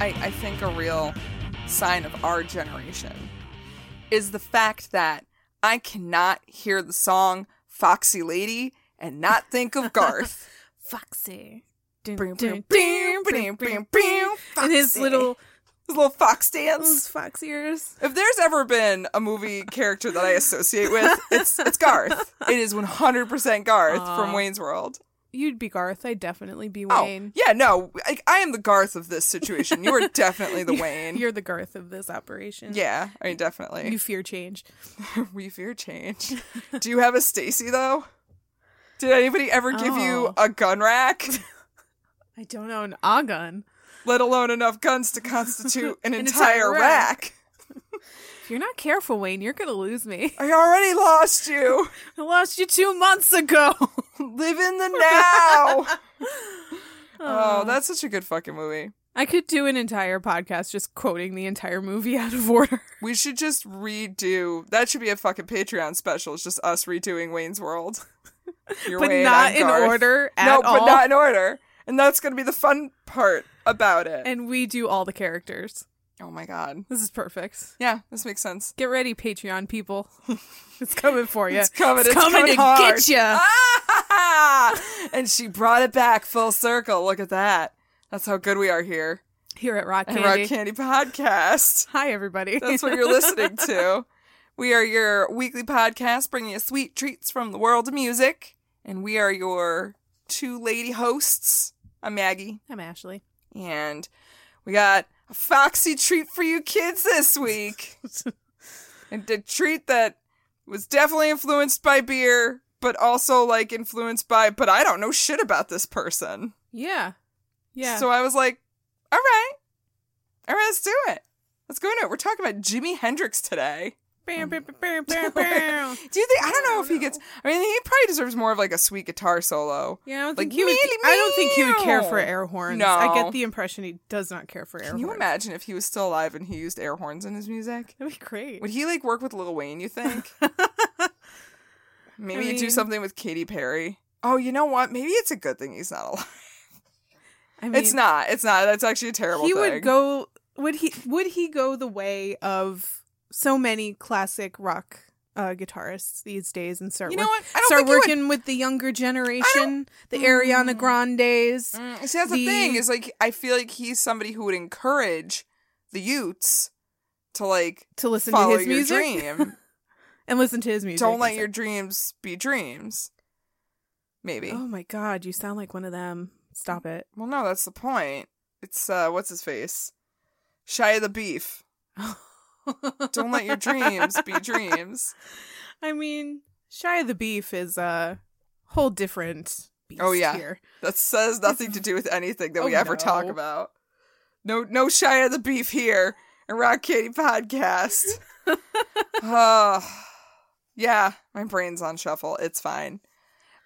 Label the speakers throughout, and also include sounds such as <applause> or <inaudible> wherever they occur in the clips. Speaker 1: I, I think a real sign of our generation is the fact that I cannot hear the song Foxy Lady and not think of Garth.
Speaker 2: <laughs> Foxy.
Speaker 1: Boom, boom, boom, boom, boom, boom,
Speaker 2: And his
Speaker 1: Foxy.
Speaker 2: little
Speaker 1: His little <laughs> fox
Speaker 2: little
Speaker 1: dance.
Speaker 2: fox ears.
Speaker 1: If there's ever been a movie character that I associate with, it's it's Garth. It is 100% Garth from Wayne's World.
Speaker 2: You'd be Garth. I'd definitely be
Speaker 1: Oh,
Speaker 2: Wayne.
Speaker 1: yeah, no. I, I am the Garth of this situation. You are definitely the Wayne.
Speaker 2: <laughs> You're the Garth of this operation.
Speaker 1: yeah, I mean, definitely.
Speaker 2: You fear change.
Speaker 1: <laughs> we fear change. Do you have a Stacy though? Did anybody ever give you
Speaker 2: Oh.
Speaker 1: a gun rack?
Speaker 2: I don't own a gun.
Speaker 1: Let alone enough guns to constitute an,
Speaker 2: <laughs> An
Speaker 1: entire,
Speaker 2: entire
Speaker 1: rack.
Speaker 2: If you're not careful, Wayne, you're going to lose me. <laughs>
Speaker 1: I already lost you.
Speaker 2: I lost you two months ago. <laughs>
Speaker 1: Live in the now. oh, that's such a good fucking movie.
Speaker 2: I could do an entire podcast just quoting the entire movie out of order. <laughs>
Speaker 1: We should just redo. That should be a fucking Patreon special. It's just us redoing Wayne's World. <laughs> Your
Speaker 2: But
Speaker 1: Wayne,
Speaker 2: not
Speaker 1: I'm
Speaker 2: in
Speaker 1: Garth.
Speaker 2: order at
Speaker 1: no, but
Speaker 2: all.
Speaker 1: not in order. And that's gonna be the fun part about it.
Speaker 2: And we do all the characters.
Speaker 1: oh my god.
Speaker 2: This is perfect.
Speaker 1: Yeah, this makes sense.
Speaker 2: Get ready, Patreon people. <laughs> It's coming for you.
Speaker 1: It's coming. It's
Speaker 2: coming,
Speaker 1: coming
Speaker 2: to
Speaker 1: hard.
Speaker 2: get you.
Speaker 1: Ah! <laughs> and she brought it back full circle. Look at that. That's how good we are here
Speaker 2: Here at Rock
Speaker 1: at
Speaker 2: Candy.
Speaker 1: Rock Candy Podcast.
Speaker 2: Hi, everybody.
Speaker 1: That's
Speaker 2: <laughs>
Speaker 1: what you're listening to. We are your weekly podcast bringing you sweet treats from the world of music. And we are your two lady hosts. I'm Maggie.
Speaker 2: I'm Ashley.
Speaker 1: And we got a foxy treat for you kids this
Speaker 2: <laughs>
Speaker 1: week. and a treat that was definitely influenced by beer, but also like influenced by, but I don't know shit about this person.
Speaker 2: Yeah. Yeah.
Speaker 1: So I was like, all right, all right, let's do it. Let's go into it. We're talking about Jimi Hendrix today.
Speaker 2: bam, bam, bam,
Speaker 1: <laughs>
Speaker 2: bam, bam, bam.
Speaker 1: Do you think? I don't know
Speaker 2: Oh,
Speaker 1: if he
Speaker 2: no.
Speaker 1: gets. I mean, he probably deserves more of like a sweet guitar solo.
Speaker 2: Yeah, I don't
Speaker 1: Like,
Speaker 2: think he would. I don't think he would care for
Speaker 1: meow.
Speaker 2: air horns.
Speaker 1: No.
Speaker 2: I get the impression he does not care for air
Speaker 1: Can
Speaker 2: horns.
Speaker 1: you imagine if he was still alive and he used air horns in his music?
Speaker 2: That'd be great.
Speaker 1: Would he like work with Lil Wayne? You
Speaker 2: <laughs>
Speaker 1: think? Maybe
Speaker 2: I
Speaker 1: he'd do
Speaker 2: mean-
Speaker 1: something with Katy Perry. Oh, you know what? Maybe it's a good thing he's not alive.
Speaker 2: I mean,
Speaker 1: it's not. It's not. That's actually a terrible.
Speaker 2: He
Speaker 1: thing.
Speaker 2: would go. Would he? Would he go the way of so many classic rock uh, guitarists these days and start?
Speaker 1: You know
Speaker 2: work-
Speaker 1: what? I don't
Speaker 2: start
Speaker 1: think he would.
Speaker 2: working with the younger generation, the Ariana Grandes.
Speaker 1: Mm, See, that's the,
Speaker 2: the-
Speaker 1: thing is like I feel like he's somebody who would encourage the Utes to like
Speaker 2: To listen to
Speaker 1: follow
Speaker 2: his
Speaker 1: your
Speaker 2: <laughs> music
Speaker 1: dream.
Speaker 2: and listen to his music.
Speaker 1: Don't let
Speaker 2: and
Speaker 1: your dreams be dreams. Maybe.
Speaker 2: stuff. Oh my god, you sound like one of them. Stop it.
Speaker 1: Well, no, that's the point. It's uh, what's his face, Shia the
Speaker 2: <laughs>
Speaker 1: Beef.
Speaker 2: Don't
Speaker 1: Don't let your dreams be dreams.
Speaker 2: I mean, Shia the Beef is a whole different beast
Speaker 1: Oh, yeah.
Speaker 2: here.
Speaker 1: That says nothing to do with anything that we
Speaker 2: Oh,
Speaker 1: ever talk
Speaker 2: no.
Speaker 1: about. No, no Shia the Beef here and Rock Kitty
Speaker 2: <laughs>
Speaker 1: podcast. uh, yeah, my brain's on shuffle. It's fine.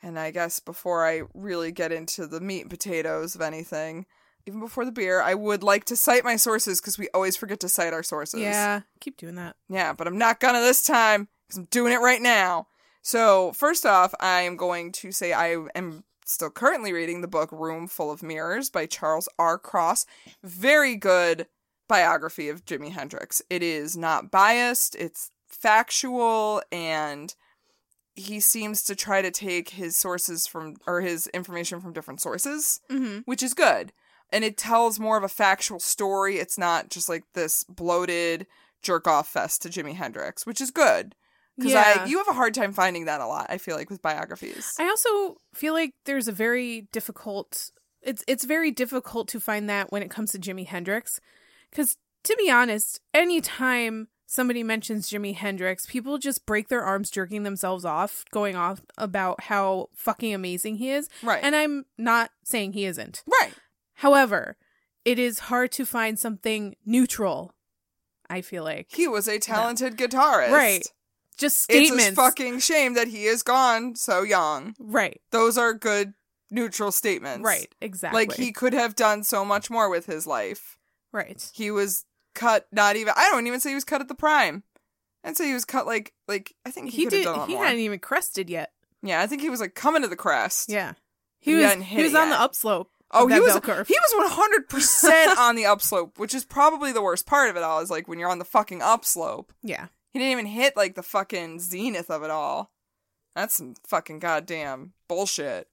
Speaker 1: And I guess before I really get into the meat and potatoes of anything, even before the beer, I would like to cite my sources because we always forget to cite our sources.
Speaker 2: Yeah, keep doing that.
Speaker 1: Yeah, but I'm not gonna this time because I'm doing it right now. So, first off, I am going to say I am still currently reading the book Room Full of Mirrors by Charles R. Cross. Very good biography of Jimi Hendrix. It is not biased, it's factual, and he seems to try to take his sources from, or his information from different sources
Speaker 2: Mm-hmm.
Speaker 1: which is good. And it tells more of a factual story. It's not just like this bloated jerk off fest to Jimi Hendrix, which is good. Because I you have a hard time finding that a lot, I feel like, with biographies.
Speaker 2: I also feel like there's a very difficult it's it's very difficult to find that when it comes to Jimi Hendrix cuz to be honest, anytime somebody mentions Jimi Hendrix, people just break their arms jerking themselves off going off about how fucking amazing he is,
Speaker 1: right.
Speaker 2: and I'm not saying he isn't.
Speaker 1: right.
Speaker 2: However, it is hard to find something neutral. I feel like
Speaker 1: He was a talented guitarist.
Speaker 2: Right. just
Speaker 1: It's a
Speaker 2: statements
Speaker 1: fucking shame that he is gone so young.
Speaker 2: right,
Speaker 1: Those are good neutral statements.
Speaker 2: right, exactly.
Speaker 1: Like he could have done so much more with his life.
Speaker 2: right.
Speaker 1: he was cut not even i don't even say he was cut at the prime and so he was cut like like i think he,
Speaker 2: He
Speaker 1: could have
Speaker 2: did
Speaker 1: done a lot
Speaker 2: he
Speaker 1: more.
Speaker 2: hadn't even crested yet.
Speaker 1: yeah i think he was like coming to the crest
Speaker 2: Yeah.
Speaker 1: He
Speaker 2: He was
Speaker 1: hadn't hit
Speaker 2: he was
Speaker 1: it
Speaker 2: on
Speaker 1: yet.
Speaker 2: the upslope.
Speaker 1: oh
Speaker 2: of that
Speaker 1: he was
Speaker 2: bell curve.
Speaker 1: he was 100%
Speaker 2: <laughs>
Speaker 1: on the upslope which is probably the worst part of it all is like when you're on the fucking upslope
Speaker 2: yeah.
Speaker 1: he didn't even hit like the fucking zenith of it all that's some fucking goddamn bullshit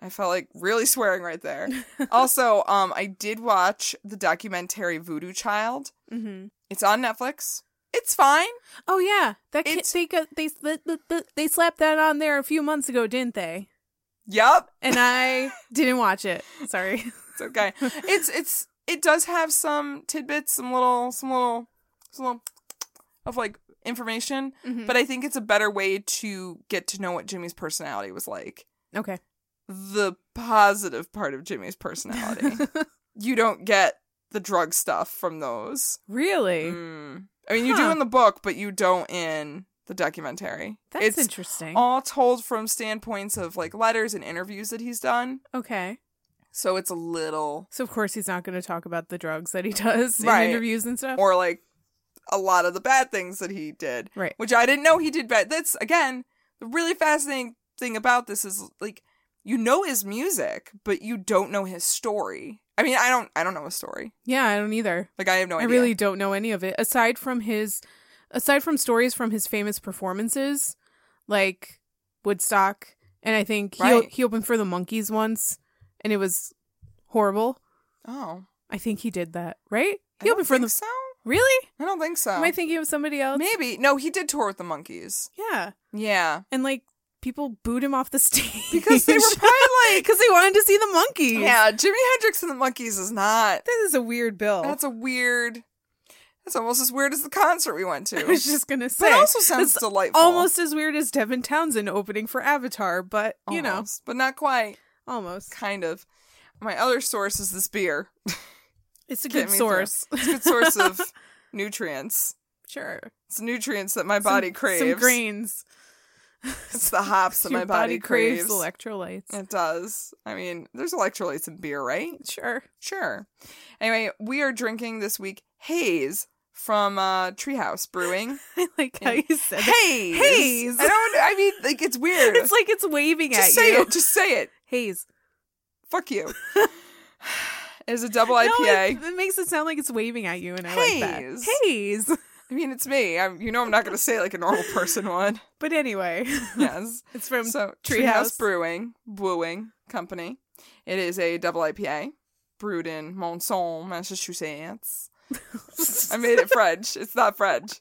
Speaker 1: i felt like really swearing right there also um i did watch the documentary voodoo child
Speaker 2: Mm-hmm.
Speaker 1: it's on netflix it's fine
Speaker 2: Oh yeah, that kid,
Speaker 1: It's-
Speaker 2: they got they sli- th- th- they slapped that on there a few months ago, didn't they?
Speaker 1: Yep.
Speaker 2: And I
Speaker 1: <laughs>
Speaker 2: didn't watch it. Sorry.
Speaker 1: It's okay. it's it's it does have some tidbits, some little some little some little of like information,
Speaker 2: Mm-hmm.
Speaker 1: but I think it's a better way to get to know what Jimmy's personality was like.
Speaker 2: <laughs> okay.
Speaker 1: The positive part of Jimmy's
Speaker 2: <laughs>
Speaker 1: personality. you don't get the drug stuff from those.
Speaker 2: Really?
Speaker 1: Mm. I mean, you do
Speaker 2: Huh.
Speaker 1: in the book, but you don't in the documentary.
Speaker 2: That's
Speaker 1: it's
Speaker 2: interesting.
Speaker 1: all told from standpoints of like letters and interviews that he's done.
Speaker 2: okay.
Speaker 1: So it's a little
Speaker 2: So of course he's not going to talk about the drugs that he <laughs> does
Speaker 1: Right.
Speaker 2: in interviews and stuff.
Speaker 1: or like a lot of the bad things that he did.
Speaker 2: Right.
Speaker 1: Which I didn't know he did bad. That's again the really fascinating thing about this is like you know his music, but you don't know his story. I mean, I don't I don't know his story.
Speaker 2: yeah, I don't either.
Speaker 1: Like I have no
Speaker 2: I
Speaker 1: idea.
Speaker 2: really don't know any of it aside from his aside from stories from his famous performances like Woodstock and I think he o-
Speaker 1: Right.
Speaker 2: he opened for the Monkees once and it was horrible.
Speaker 1: Oh.
Speaker 2: I think he did that, right?
Speaker 1: I
Speaker 2: He
Speaker 1: don't
Speaker 2: opened for
Speaker 1: think
Speaker 2: the
Speaker 1: so?
Speaker 2: Really?
Speaker 1: I don't think so.
Speaker 2: Am I thinking of somebody else?
Speaker 1: Maybe. No, he did tour with the monkeys.
Speaker 2: Yeah.
Speaker 1: Yeah.
Speaker 2: And like people booed him off the <laughs> stage
Speaker 1: Because they were probably
Speaker 2: <laughs>
Speaker 1: like
Speaker 2: because they wanted to see the monkeys.
Speaker 1: Yeah, Jimi Hendrix and the monkeys is not
Speaker 2: This is a weird bill.
Speaker 1: that's a weird that's almost as weird as the concert we went to.
Speaker 2: <laughs> <laughs> I was just gonna say.
Speaker 1: but it also sounds
Speaker 2: That's
Speaker 1: delightful.
Speaker 2: almost as weird as Devin Townsend opening for Avatar, but you know,
Speaker 1: Almost, but not quite.
Speaker 2: almost.
Speaker 1: Kind of. My other source is this beer.
Speaker 2: It's a
Speaker 1: Get
Speaker 2: good
Speaker 1: me through.
Speaker 2: source.
Speaker 1: It's a good source
Speaker 2: <laughs>
Speaker 1: of nutrients.
Speaker 2: Sure.
Speaker 1: It's nutrients that my body
Speaker 2: some,
Speaker 1: craves.
Speaker 2: Some grains.
Speaker 1: It's the hops that
Speaker 2: Your
Speaker 1: my body, craves.
Speaker 2: electrolytes.
Speaker 1: it does. I mean, there's electrolytes in beer, right?
Speaker 2: Sure.
Speaker 1: Sure. Anyway, we are drinking this week Haze from uh, Treehouse
Speaker 2: <laughs>
Speaker 1: Brewing.
Speaker 2: <laughs> I like how you said
Speaker 1: <laughs>
Speaker 2: that.
Speaker 1: Haze.
Speaker 2: Haze.
Speaker 1: I don't. I mean, like it's weird.
Speaker 2: It's like it's waving
Speaker 1: just
Speaker 2: at
Speaker 1: say
Speaker 2: you.
Speaker 1: it. Just say it.
Speaker 2: Haze.
Speaker 1: Fuck
Speaker 2: <laughs>
Speaker 1: you. It's a double IPA.
Speaker 2: No, it, it makes it sound like it's waving at you, and I like
Speaker 1: Haze.
Speaker 2: that. Haze. <laughs>
Speaker 1: I mean, it's me. I'm, you know, I'm not going to say it like a normal person
Speaker 2: <laughs>
Speaker 1: would.
Speaker 2: But anyway,
Speaker 1: Yes.
Speaker 2: it's from
Speaker 1: So, Treehouse
Speaker 2: Treehouse. <laughs>
Speaker 1: Brewing, Brewing Company. It is a double IPA brewed in Monson, Massachusetts. I made it
Speaker 2: <laughs>
Speaker 1: French. It's not French.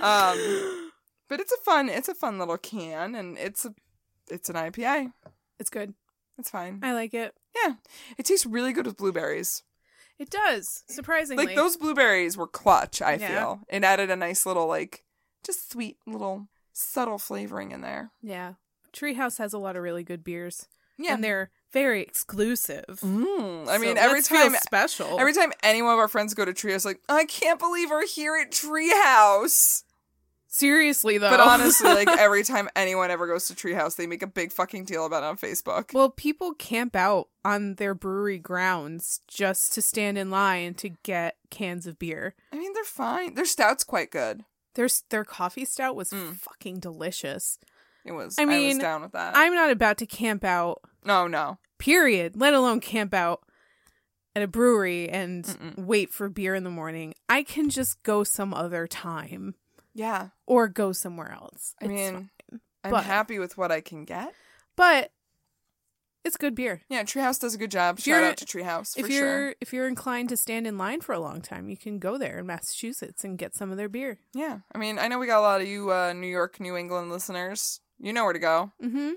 Speaker 1: Um, but it's a fun, it's a fun little can, and it's a, it's an IPA.
Speaker 2: it's good.
Speaker 1: It's fine.
Speaker 2: I like it.
Speaker 1: Yeah, it tastes really good with blueberries.
Speaker 2: It does surprisingly.
Speaker 1: Like those blueberries were clutch. I
Speaker 2: Yeah.
Speaker 1: feel it added a nice little like, just sweet little subtle flavoring in there.
Speaker 2: Yeah. Treehouse has a lot of really good beers.
Speaker 1: Yeah.
Speaker 2: And they're very exclusive.
Speaker 1: Mm, I
Speaker 2: So
Speaker 1: mean, every
Speaker 2: let's feel
Speaker 1: time
Speaker 2: special.
Speaker 1: every time any one of our friends go to Treehouse, like I can't believe we're here at Treehouse.
Speaker 2: Seriously though.
Speaker 1: But <laughs> honestly,
Speaker 2: <laughs>
Speaker 1: like every time anyone ever goes to Treehouse, they make a big fucking deal about it on Facebook.
Speaker 2: well, people camp out on their brewery grounds just to stand in line to get cans of beer.
Speaker 1: I mean, they're fine. Their stout's quite good.
Speaker 2: Their s- their coffee stout was
Speaker 1: Mm. Uh.
Speaker 2: fucking delicious.
Speaker 1: It was.
Speaker 2: I
Speaker 1: I, was
Speaker 2: mean,
Speaker 1: down with that.
Speaker 2: I'm not about to camp out
Speaker 1: no, no.
Speaker 2: period, let alone camp out at a brewery and
Speaker 1: Mm-mm.
Speaker 2: wait for beer in the morning. I can just go some other time
Speaker 1: Yeah.
Speaker 2: or go somewhere else.
Speaker 1: I
Speaker 2: It's
Speaker 1: mean,
Speaker 2: fine.
Speaker 1: I'm
Speaker 2: But-
Speaker 1: happy with what I can get.
Speaker 2: but it's good beer.
Speaker 1: Yeah, Treehouse does a good job.
Speaker 2: If
Speaker 1: Shout
Speaker 2: you're-
Speaker 1: out to Treehouse for
Speaker 2: if you're
Speaker 1: sure.
Speaker 2: if you're inclined to stand in line for a long time, you can go there in Massachusetts and get some of their beer.
Speaker 1: Yeah. I mean, I know we got a lot of you uh, New York, New England listeners. You know where to go.
Speaker 2: Mm-hmm.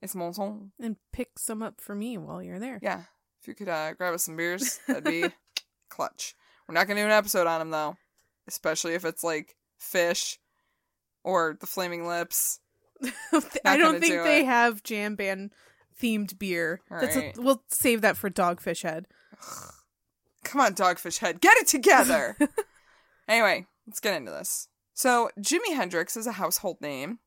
Speaker 1: It's Monson.
Speaker 2: And pick some up for me while you're there.
Speaker 1: Yeah. If you could uh, grab us some beers, that'd be clutch. We're not going to do an episode on them, though, especially if it's like fish or the Flaming Lips.
Speaker 2: I <laughs>
Speaker 1: Not
Speaker 2: don't
Speaker 1: gonna
Speaker 2: think
Speaker 1: do
Speaker 2: they
Speaker 1: it.
Speaker 2: have jam band themed beer. That's a,
Speaker 1: Alright.
Speaker 2: we'll save that for Dogfish Head.
Speaker 1: Come on, Dogfish Head, get it together. anyway, let's get into this. So, Jimi Hendrix is a household name.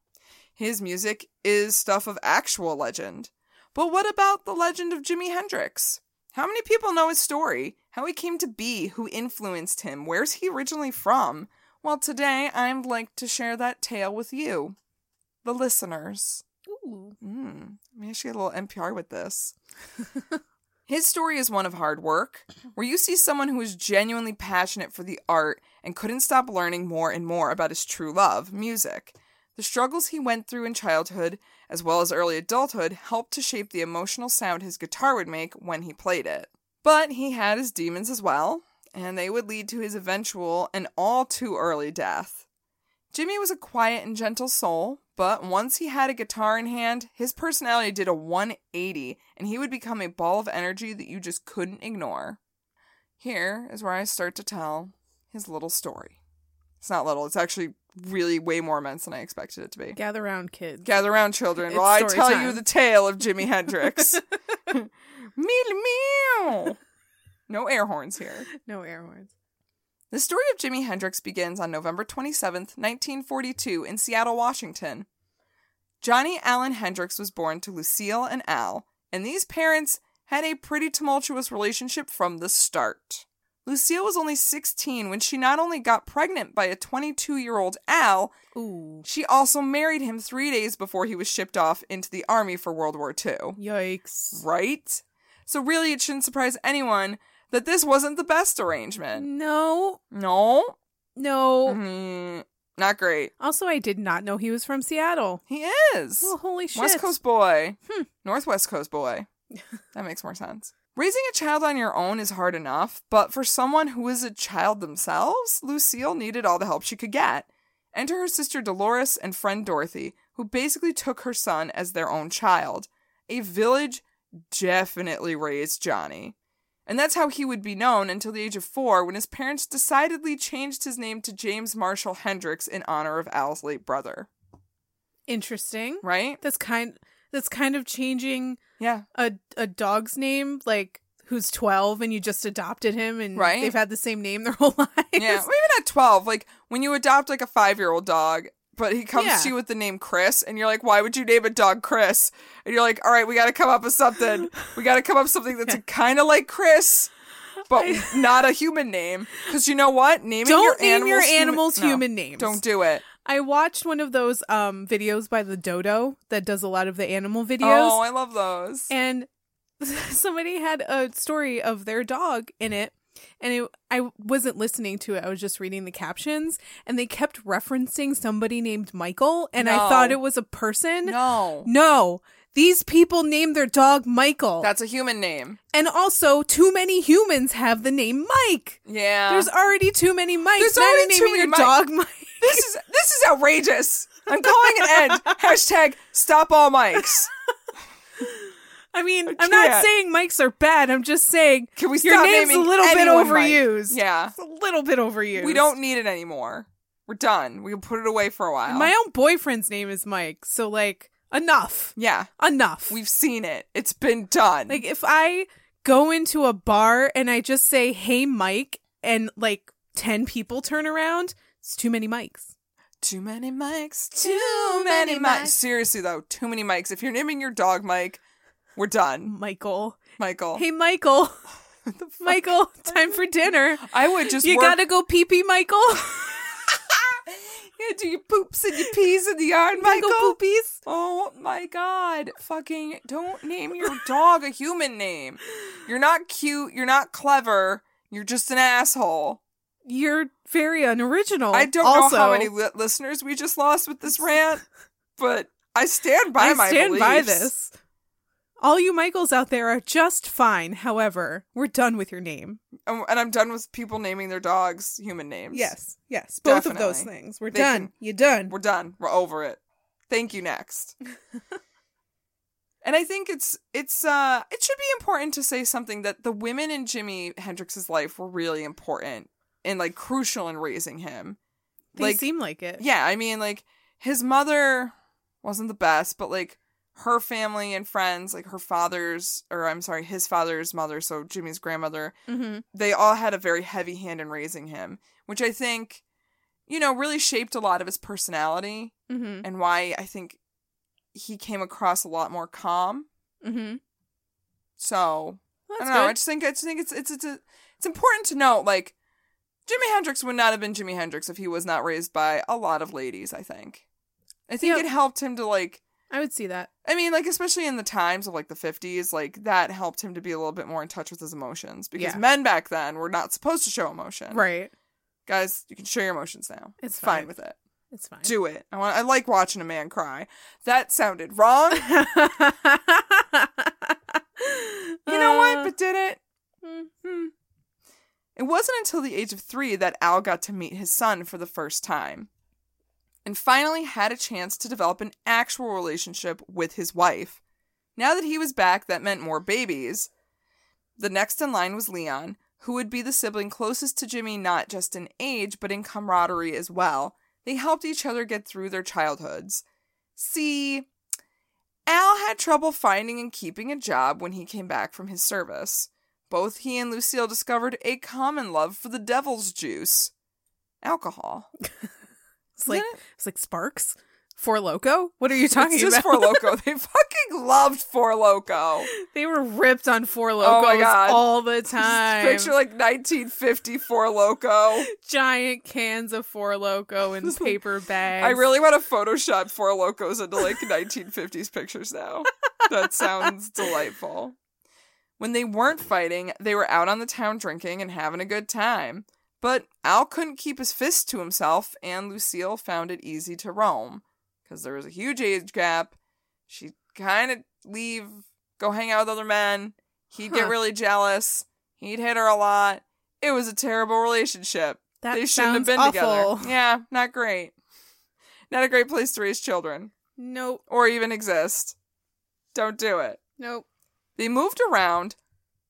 Speaker 1: His music is stuff of actual legend. But what about the legend of Jimi Hendrix? How many people know his story? How he came to be, who influenced him, where's he originally from? Well, today I'd like to share that tale with you, the listeners.
Speaker 2: Ooh.
Speaker 1: Mm, maybe I should get a little NPR with this. His story is one of hard work, where you see someone who is genuinely passionate for the art and couldn't stop learning more and more about his true love, music. The struggles he went through in childhood, as well as early adulthood, helped to shape the emotional sound his guitar would make when he played it. But he had his demons as well, and they would lead to his eventual and all too early death. Jimmy was a quiet and gentle soul, but once he had a guitar in hand, his personality did a 180 and he would become a ball of energy that you just couldn't ignore. Here is where I start to tell his little story. It's not little, it's actually really way more immense than I expected it to be.
Speaker 2: Gather round kids.
Speaker 1: Gather around, children,
Speaker 2: It's
Speaker 1: while I
Speaker 2: story
Speaker 1: tell you
Speaker 2: time.
Speaker 1: the tale of
Speaker 2: <laughs>
Speaker 1: Jimi Hendrix. meow meow. No air horns here.
Speaker 2: No air horns.
Speaker 1: The story of Jimi Hendrix begins on November 27th, 1942, in Seattle, Washington. Johnny Allen Hendrix was born to Lucille and Al, and these parents had a pretty tumultuous relationship from the start. Lucille was only 16 when she not only got pregnant by a 22 year old Al,
Speaker 2: Ooh.
Speaker 1: she also married him three days before he was shipped off into the Army for World War II.
Speaker 2: Yikes.
Speaker 1: Right? So, really, it shouldn't surprise anyone that this wasn't the best arrangement.
Speaker 2: No.
Speaker 1: No?
Speaker 2: No.
Speaker 1: Mm, not great.
Speaker 2: Also, I did not know he was from Seattle.
Speaker 1: He is.
Speaker 2: Well, holy shit.
Speaker 1: West Coast boy.
Speaker 2: Hmm.
Speaker 1: Northwest Coast
Speaker 2: <laughs>
Speaker 1: boy. that makes more sense. Raising a child on your own is hard enough, but for someone who is a child themselves, Lucille needed all the help she could get. Enter her sister Dolores and friend Dorothy, who basically took her son as their own child. A village definitely raised Johnny. And that's how he would be known until the age of four when his parents decidedly changed his name to James Marshall Hendricks in honor of Al's late brother.
Speaker 2: Interesting.
Speaker 1: Right?
Speaker 2: That's kind. That's kind of changing
Speaker 1: Yeah.
Speaker 2: a a dog's name, like who's twelve, and you just adopted him, and
Speaker 1: Right.
Speaker 2: they've had the same name <laughs> their whole lives.
Speaker 1: Yeah, well, maybe not 12. Like when you adopt like a 5-year-old dog, but he comes
Speaker 2: Yeah.
Speaker 1: to you with the name Chris and you're like, "Why would you name a dog Chris?" And you're like, "All right, we got to come up with something. We got to come up with something
Speaker 2: <laughs>
Speaker 1: that's kind of like Chris." But <laughs> not a human name, because you know what? Naming
Speaker 2: Don't
Speaker 1: your
Speaker 2: name your
Speaker 1: animals human-
Speaker 2: animals
Speaker 1: No,
Speaker 2: human names.
Speaker 1: Don't do it.
Speaker 2: I watched one of those um videos by the Dodo that does a lot of the animal videos.
Speaker 1: Oh, I love those.
Speaker 2: and <laughs> somebody had a story of their dog in it and it, i wasn't listening to it i was just reading the captions and they kept referencing somebody named michael and i
Speaker 1: No.
Speaker 2: thought it was a person
Speaker 1: no,
Speaker 2: No, these people named their dog michael
Speaker 1: that's a human name.
Speaker 2: and also too many humans have the name mike
Speaker 1: Yeah,
Speaker 2: there's already too many mikes
Speaker 1: There's
Speaker 2: now you're
Speaker 1: already too
Speaker 2: naming
Speaker 1: many
Speaker 2: your
Speaker 1: Mike. <laughs>
Speaker 2: dog mike
Speaker 1: this is this is outrageous. I'm calling an
Speaker 2: <laughs>
Speaker 1: end. Hashtag stop all mics.
Speaker 2: i mean
Speaker 1: I
Speaker 2: i'm not
Speaker 1: can't.
Speaker 2: saying mikes are bad i'm just saying
Speaker 1: Can we stop
Speaker 2: your name's a
Speaker 1: naming
Speaker 2: little bit
Speaker 1: anyone Mike?
Speaker 2: overused
Speaker 1: Yeah.
Speaker 2: it's a little bit overused
Speaker 1: We don't need it anymore. We're done. We'll put it away for a while.
Speaker 2: My own boyfriend's name is Mike, so like enough.
Speaker 1: yeah,
Speaker 2: Enough.
Speaker 1: we've seen it. It's been done.
Speaker 2: Like if I go into a bar and I just say, "Hey, Mike," and like ten people turn around, it's too many mics.
Speaker 1: too many mics. Too many mics. Seriously though, too many mics. If you're naming your dog Mike, we're done,
Speaker 2: Michael,
Speaker 1: Michael.
Speaker 2: hey,
Speaker 1: <laughs>
Speaker 2: Michael, Michael, time for dinner.
Speaker 1: I would just
Speaker 2: you
Speaker 1: work-
Speaker 2: gotta go pee pee, Michael.
Speaker 1: <laughs>
Speaker 2: <laughs>
Speaker 1: Yeah, do your poops and your pees in the yard, Michael.
Speaker 2: Michael poopies.
Speaker 1: Oh my god. Fucking don't name your dog a human name. You're not cute, you're not clever, you're just an asshole.
Speaker 2: You're very unoriginal.
Speaker 1: I don't
Speaker 2: also,
Speaker 1: know how many li- listeners we just lost with this
Speaker 2: <laughs>
Speaker 1: rant, but I stand by
Speaker 2: I
Speaker 1: my
Speaker 2: stand by
Speaker 1: beliefs.
Speaker 2: this. All you Michaels out there are just fine. However, we're done with your name.
Speaker 1: And and I'm done with people naming their dogs human names.
Speaker 2: yes,
Speaker 1: Definitely.
Speaker 2: things. We're
Speaker 1: They can-
Speaker 2: You're done.
Speaker 1: We're done. We're over it. Thank you
Speaker 2: <laughs>
Speaker 1: next. and I think it's it's uh it should be important to say something that the women in Jimi Hendrix's life were really important and like crucial in raising him.
Speaker 2: They
Speaker 1: like
Speaker 2: seem like it.
Speaker 1: yeah, I mean like his mother wasn't the best, but like her family and friends, like her father's or I'm sorry, his father's mother, so Jimmy's grandmother,
Speaker 2: Mm-hmm.
Speaker 1: they all had a very heavy hand in raising him, which I think you know really shaped a lot of his personality
Speaker 2: Mm-hmm.
Speaker 1: and why I think he came across a lot more calm.
Speaker 2: Mm-hmm.
Speaker 1: So
Speaker 2: That's
Speaker 1: I don't know. I
Speaker 2: good.
Speaker 1: just think I just think it's it's it's a, it's important to note like Jimi Hendrix would not have been Jimi Hendrix if he was not raised by a lot of ladies. I think. I think
Speaker 2: Yeah.
Speaker 1: it helped him to like.
Speaker 2: I would see that.
Speaker 1: I mean, like especially in the times of like the fifties, like that helped him to be a little bit more in touch with his emotions because
Speaker 2: Yeah.
Speaker 1: men back then were not supposed to show emotion.
Speaker 2: Right.
Speaker 1: guys, you can show your emotions now.
Speaker 2: It's
Speaker 1: fine
Speaker 2: fine.
Speaker 1: with it.
Speaker 2: It's fine. <laughs>
Speaker 1: Do <laughs> it. I want. I like watching a man cry. That sounded
Speaker 2: <laughs>
Speaker 1: wrong. You know what? But did it?
Speaker 2: Mm-hmm.
Speaker 1: Hmm. It wasn't until the age of three that Al got to meet his son for the first time and finally had a chance to develop an actual relationship with his wife. Now that he was back, that meant more babies. The next in line was Leon, who would be the sibling closest to Jimmy not just in age, but in camaraderie as well. They helped each other get through their childhoods. See, Al had trouble finding and keeping a job when he came back from his service. Both he and Lucille discovered a common love for the devil's juice alcohol.
Speaker 2: it's like it's like sparks. For loco? What are you <laughs>
Speaker 1: <laughs>
Speaker 2: talking
Speaker 1: it's just
Speaker 2: about?
Speaker 1: Four Loco. They fucking loved Four Loco.
Speaker 2: <laughs> they were ripped on four locos
Speaker 1: Oh my God.
Speaker 2: all the
Speaker 1: <laughs> Just
Speaker 2: time.
Speaker 1: Picture like 1950 Four Loco.
Speaker 2: giant cans of four
Speaker 1: <laughs>
Speaker 2: loco in paper bags.
Speaker 1: I really want to Photoshop Four Locos into like 1950s pictures now. That sounds delightful. When they weren't fighting, they were out on the town drinking and having a good time. But Al couldn't keep his fists to himself, and Lucille found it easy to roam because there was a huge age gap. She'd kind of leave, go hang out with other men. He'd get
Speaker 2: Huh.
Speaker 1: really jealous. He'd hit her a lot. It was a terrible relationship
Speaker 2: that
Speaker 1: they shouldn't have
Speaker 2: sounds
Speaker 1: been
Speaker 2: awful.
Speaker 1: together. <laughs> Yeah, not great. Not a great place to raise children
Speaker 2: Nope.
Speaker 1: or even exist. Don't do it.
Speaker 2: Nope.
Speaker 1: They moved around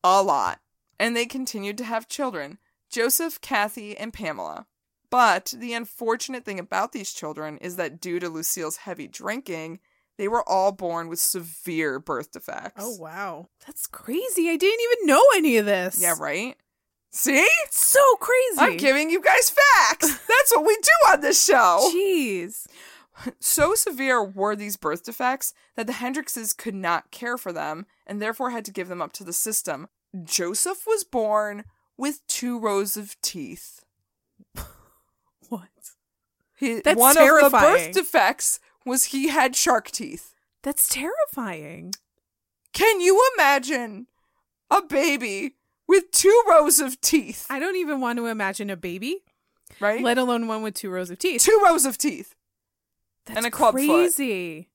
Speaker 1: a lot and they continued to have children Joseph, Kathy, and Pamela. But the unfortunate thing about these children is that due to Lucille's heavy drinking, they were all born with severe birth defects.
Speaker 2: Oh wow. That's crazy. I didn't even know any of this.
Speaker 1: Yeah, right? See?
Speaker 2: It's so crazy.
Speaker 1: I'm giving you guys facts.
Speaker 2: <laughs>
Speaker 1: That's what we do on this show.
Speaker 2: Jeez.
Speaker 1: So severe were these birth defects that the Hendrixes could not care for them and therefore had to give them up to the system. Joseph was born with two rows of teeth.
Speaker 2: What?
Speaker 1: He,
Speaker 2: That's
Speaker 1: one of the
Speaker 2: terrifying.
Speaker 1: birth defects was he had shark teeth.
Speaker 2: That's terrifying.
Speaker 1: Can you imagine a baby with two rows of teeth?
Speaker 2: I don't even want to imagine a baby,
Speaker 1: Right?
Speaker 2: let alone one with two rows of teeth.
Speaker 1: two rows of teeth.
Speaker 2: That's
Speaker 1: and a club foot.
Speaker 2: crazy.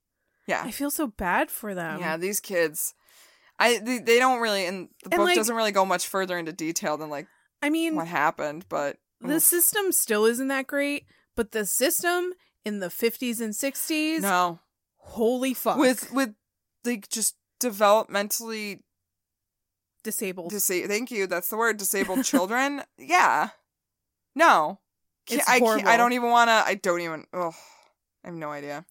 Speaker 1: Yeah.
Speaker 2: I feel so bad for them.
Speaker 1: yeah, these kids. I they, they don't really and the
Speaker 2: Um, And,
Speaker 1: book
Speaker 2: like-
Speaker 1: doesn't really go much further into detail than like
Speaker 2: I mean,
Speaker 1: what happened, but
Speaker 2: the system still isn't that great, but the system in the 50s and 60s,
Speaker 1: no.
Speaker 2: holy fuck.
Speaker 1: with with like just developmentally
Speaker 2: disabled. <laughs>
Speaker 1: disabled. Thank you, that's the word. Disabled children. Yeah, no, Can't-
Speaker 2: It's
Speaker 1: I, can't,
Speaker 2: horrible.
Speaker 1: I don't even want to. I don't even. Oh, I have no idea.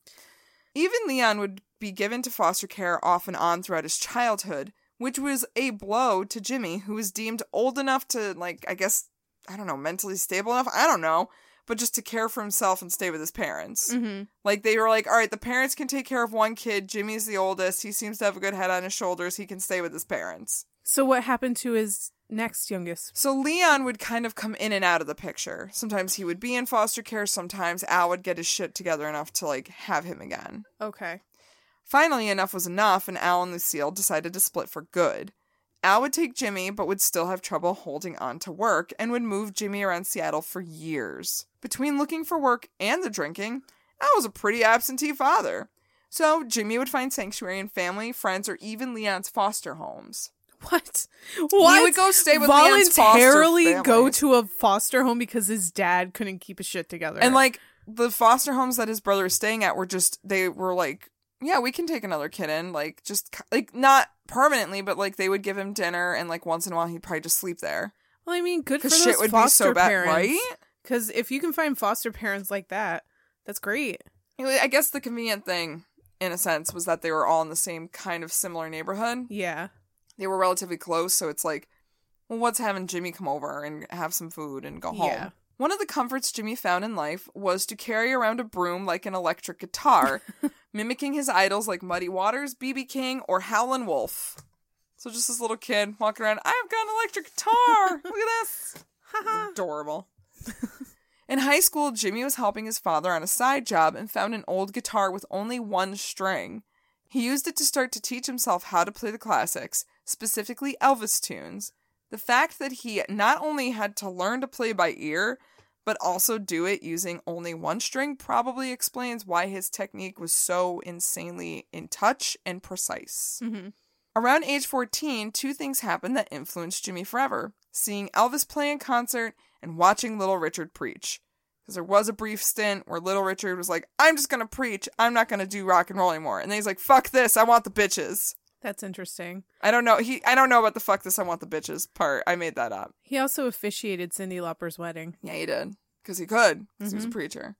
Speaker 1: Even Leon would be given to foster care off and on throughout his childhood, which was a blow to Jimmy, who was deemed old enough to, like, I guess, I don't know, mentally stable enough. I don't know, but just to care for himself and stay with his parents.
Speaker 2: Mhm.
Speaker 1: Like they were like, all right, the parents can take care of one kid. Jimmy's the oldest. He seems to have a good head on his shoulders. He can stay with his parents.
Speaker 2: So what happened to his next youngest?
Speaker 1: So Leon would kind of come in and out of the picture. Sometimes he would be in foster care. Sometimes Al would get his shit together enough to like have him again.
Speaker 2: Okay.
Speaker 1: Finally, enough was enough, and Al and Lucille decided to split for good. Al would take Jimmy, but would still have trouble holding on to work and would move Jimmy around Seattle for years. Between looking for work and the drinking, Al was a pretty absentee father. So Jimmy would find sanctuary in family, friends, or even Leon's foster homes.
Speaker 2: What? What?
Speaker 1: would go stay with Leon's foster
Speaker 2: voluntarily go
Speaker 1: family.
Speaker 2: to a foster home because his dad couldn't keep his shit together.
Speaker 1: And like the foster homes that his brother was staying at were just they were like, yeah, we can take another kid in, like just like not permanently, but like they would give him dinner and like once in a while he'd probably just sleep there
Speaker 2: well, I mean, good for
Speaker 1: because
Speaker 2: those
Speaker 1: shit would be
Speaker 2: foster
Speaker 1: so bad,
Speaker 2: parents.
Speaker 1: right?
Speaker 2: Because if you can find foster parents like that, that's great.
Speaker 1: Anyway, I guess the convenient thing, in a sense, was that they were all in the same kind of similar neighborhood.
Speaker 2: Yeah.
Speaker 1: They were relatively close, so it's like, well, what's having Jimmy come over and have some food and go home?
Speaker 2: Yeah.
Speaker 1: One of the comforts Jimmy found in life was to carry around a broom like an electric guitar, mimicking his idols like Muddy Waters, BB King, or Howlin' Wolf. So just this little kid walking around, I've got an electric guitar. Look at this. Adorable. In high school, Jimmy was helping his father on a side job and found an old guitar with only one string. He used it to start to teach himself how to play the classics, specifically Elvis tunes. The fact that he not only had to learn to play by ear, but also do it using only one string probably explains why his technique was so insanely in touch and precise. Around age 14, two things happened that influenced Jimmy forever seeing Elvis play in concert and watching Little Richard preach. Because there was a brief stint where Little Richard was like, I'm just going to preach. I'm not going to do rock and roll anymore. And then he's like, fuck this. I want the bitches.
Speaker 2: That's interesting.
Speaker 1: I don't know. He, I don't know about the fuck this. I want the bitches part. I made that up.
Speaker 2: He also officiated Cindy Lauper's wedding.
Speaker 1: Yeah, he did. Because he could, 'cause he was a preacher.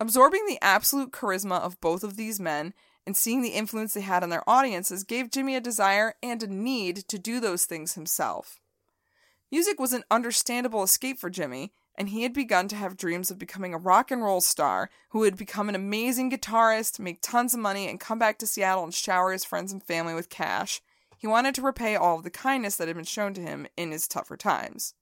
Speaker 1: Absorbing the absolute charisma of both of these men and seeing the influence they had on their audiences gave Jimmy a desire and a need to do those things himself. Music was an understandable escape for Jimmy, and he had begun to have dreams of becoming a rock and roll star who would become an amazing guitarist, make tons of money, and come back to Seattle and shower his friends and family with cash. He wanted to repay all of the kindness that had been shown to him in his tougher times.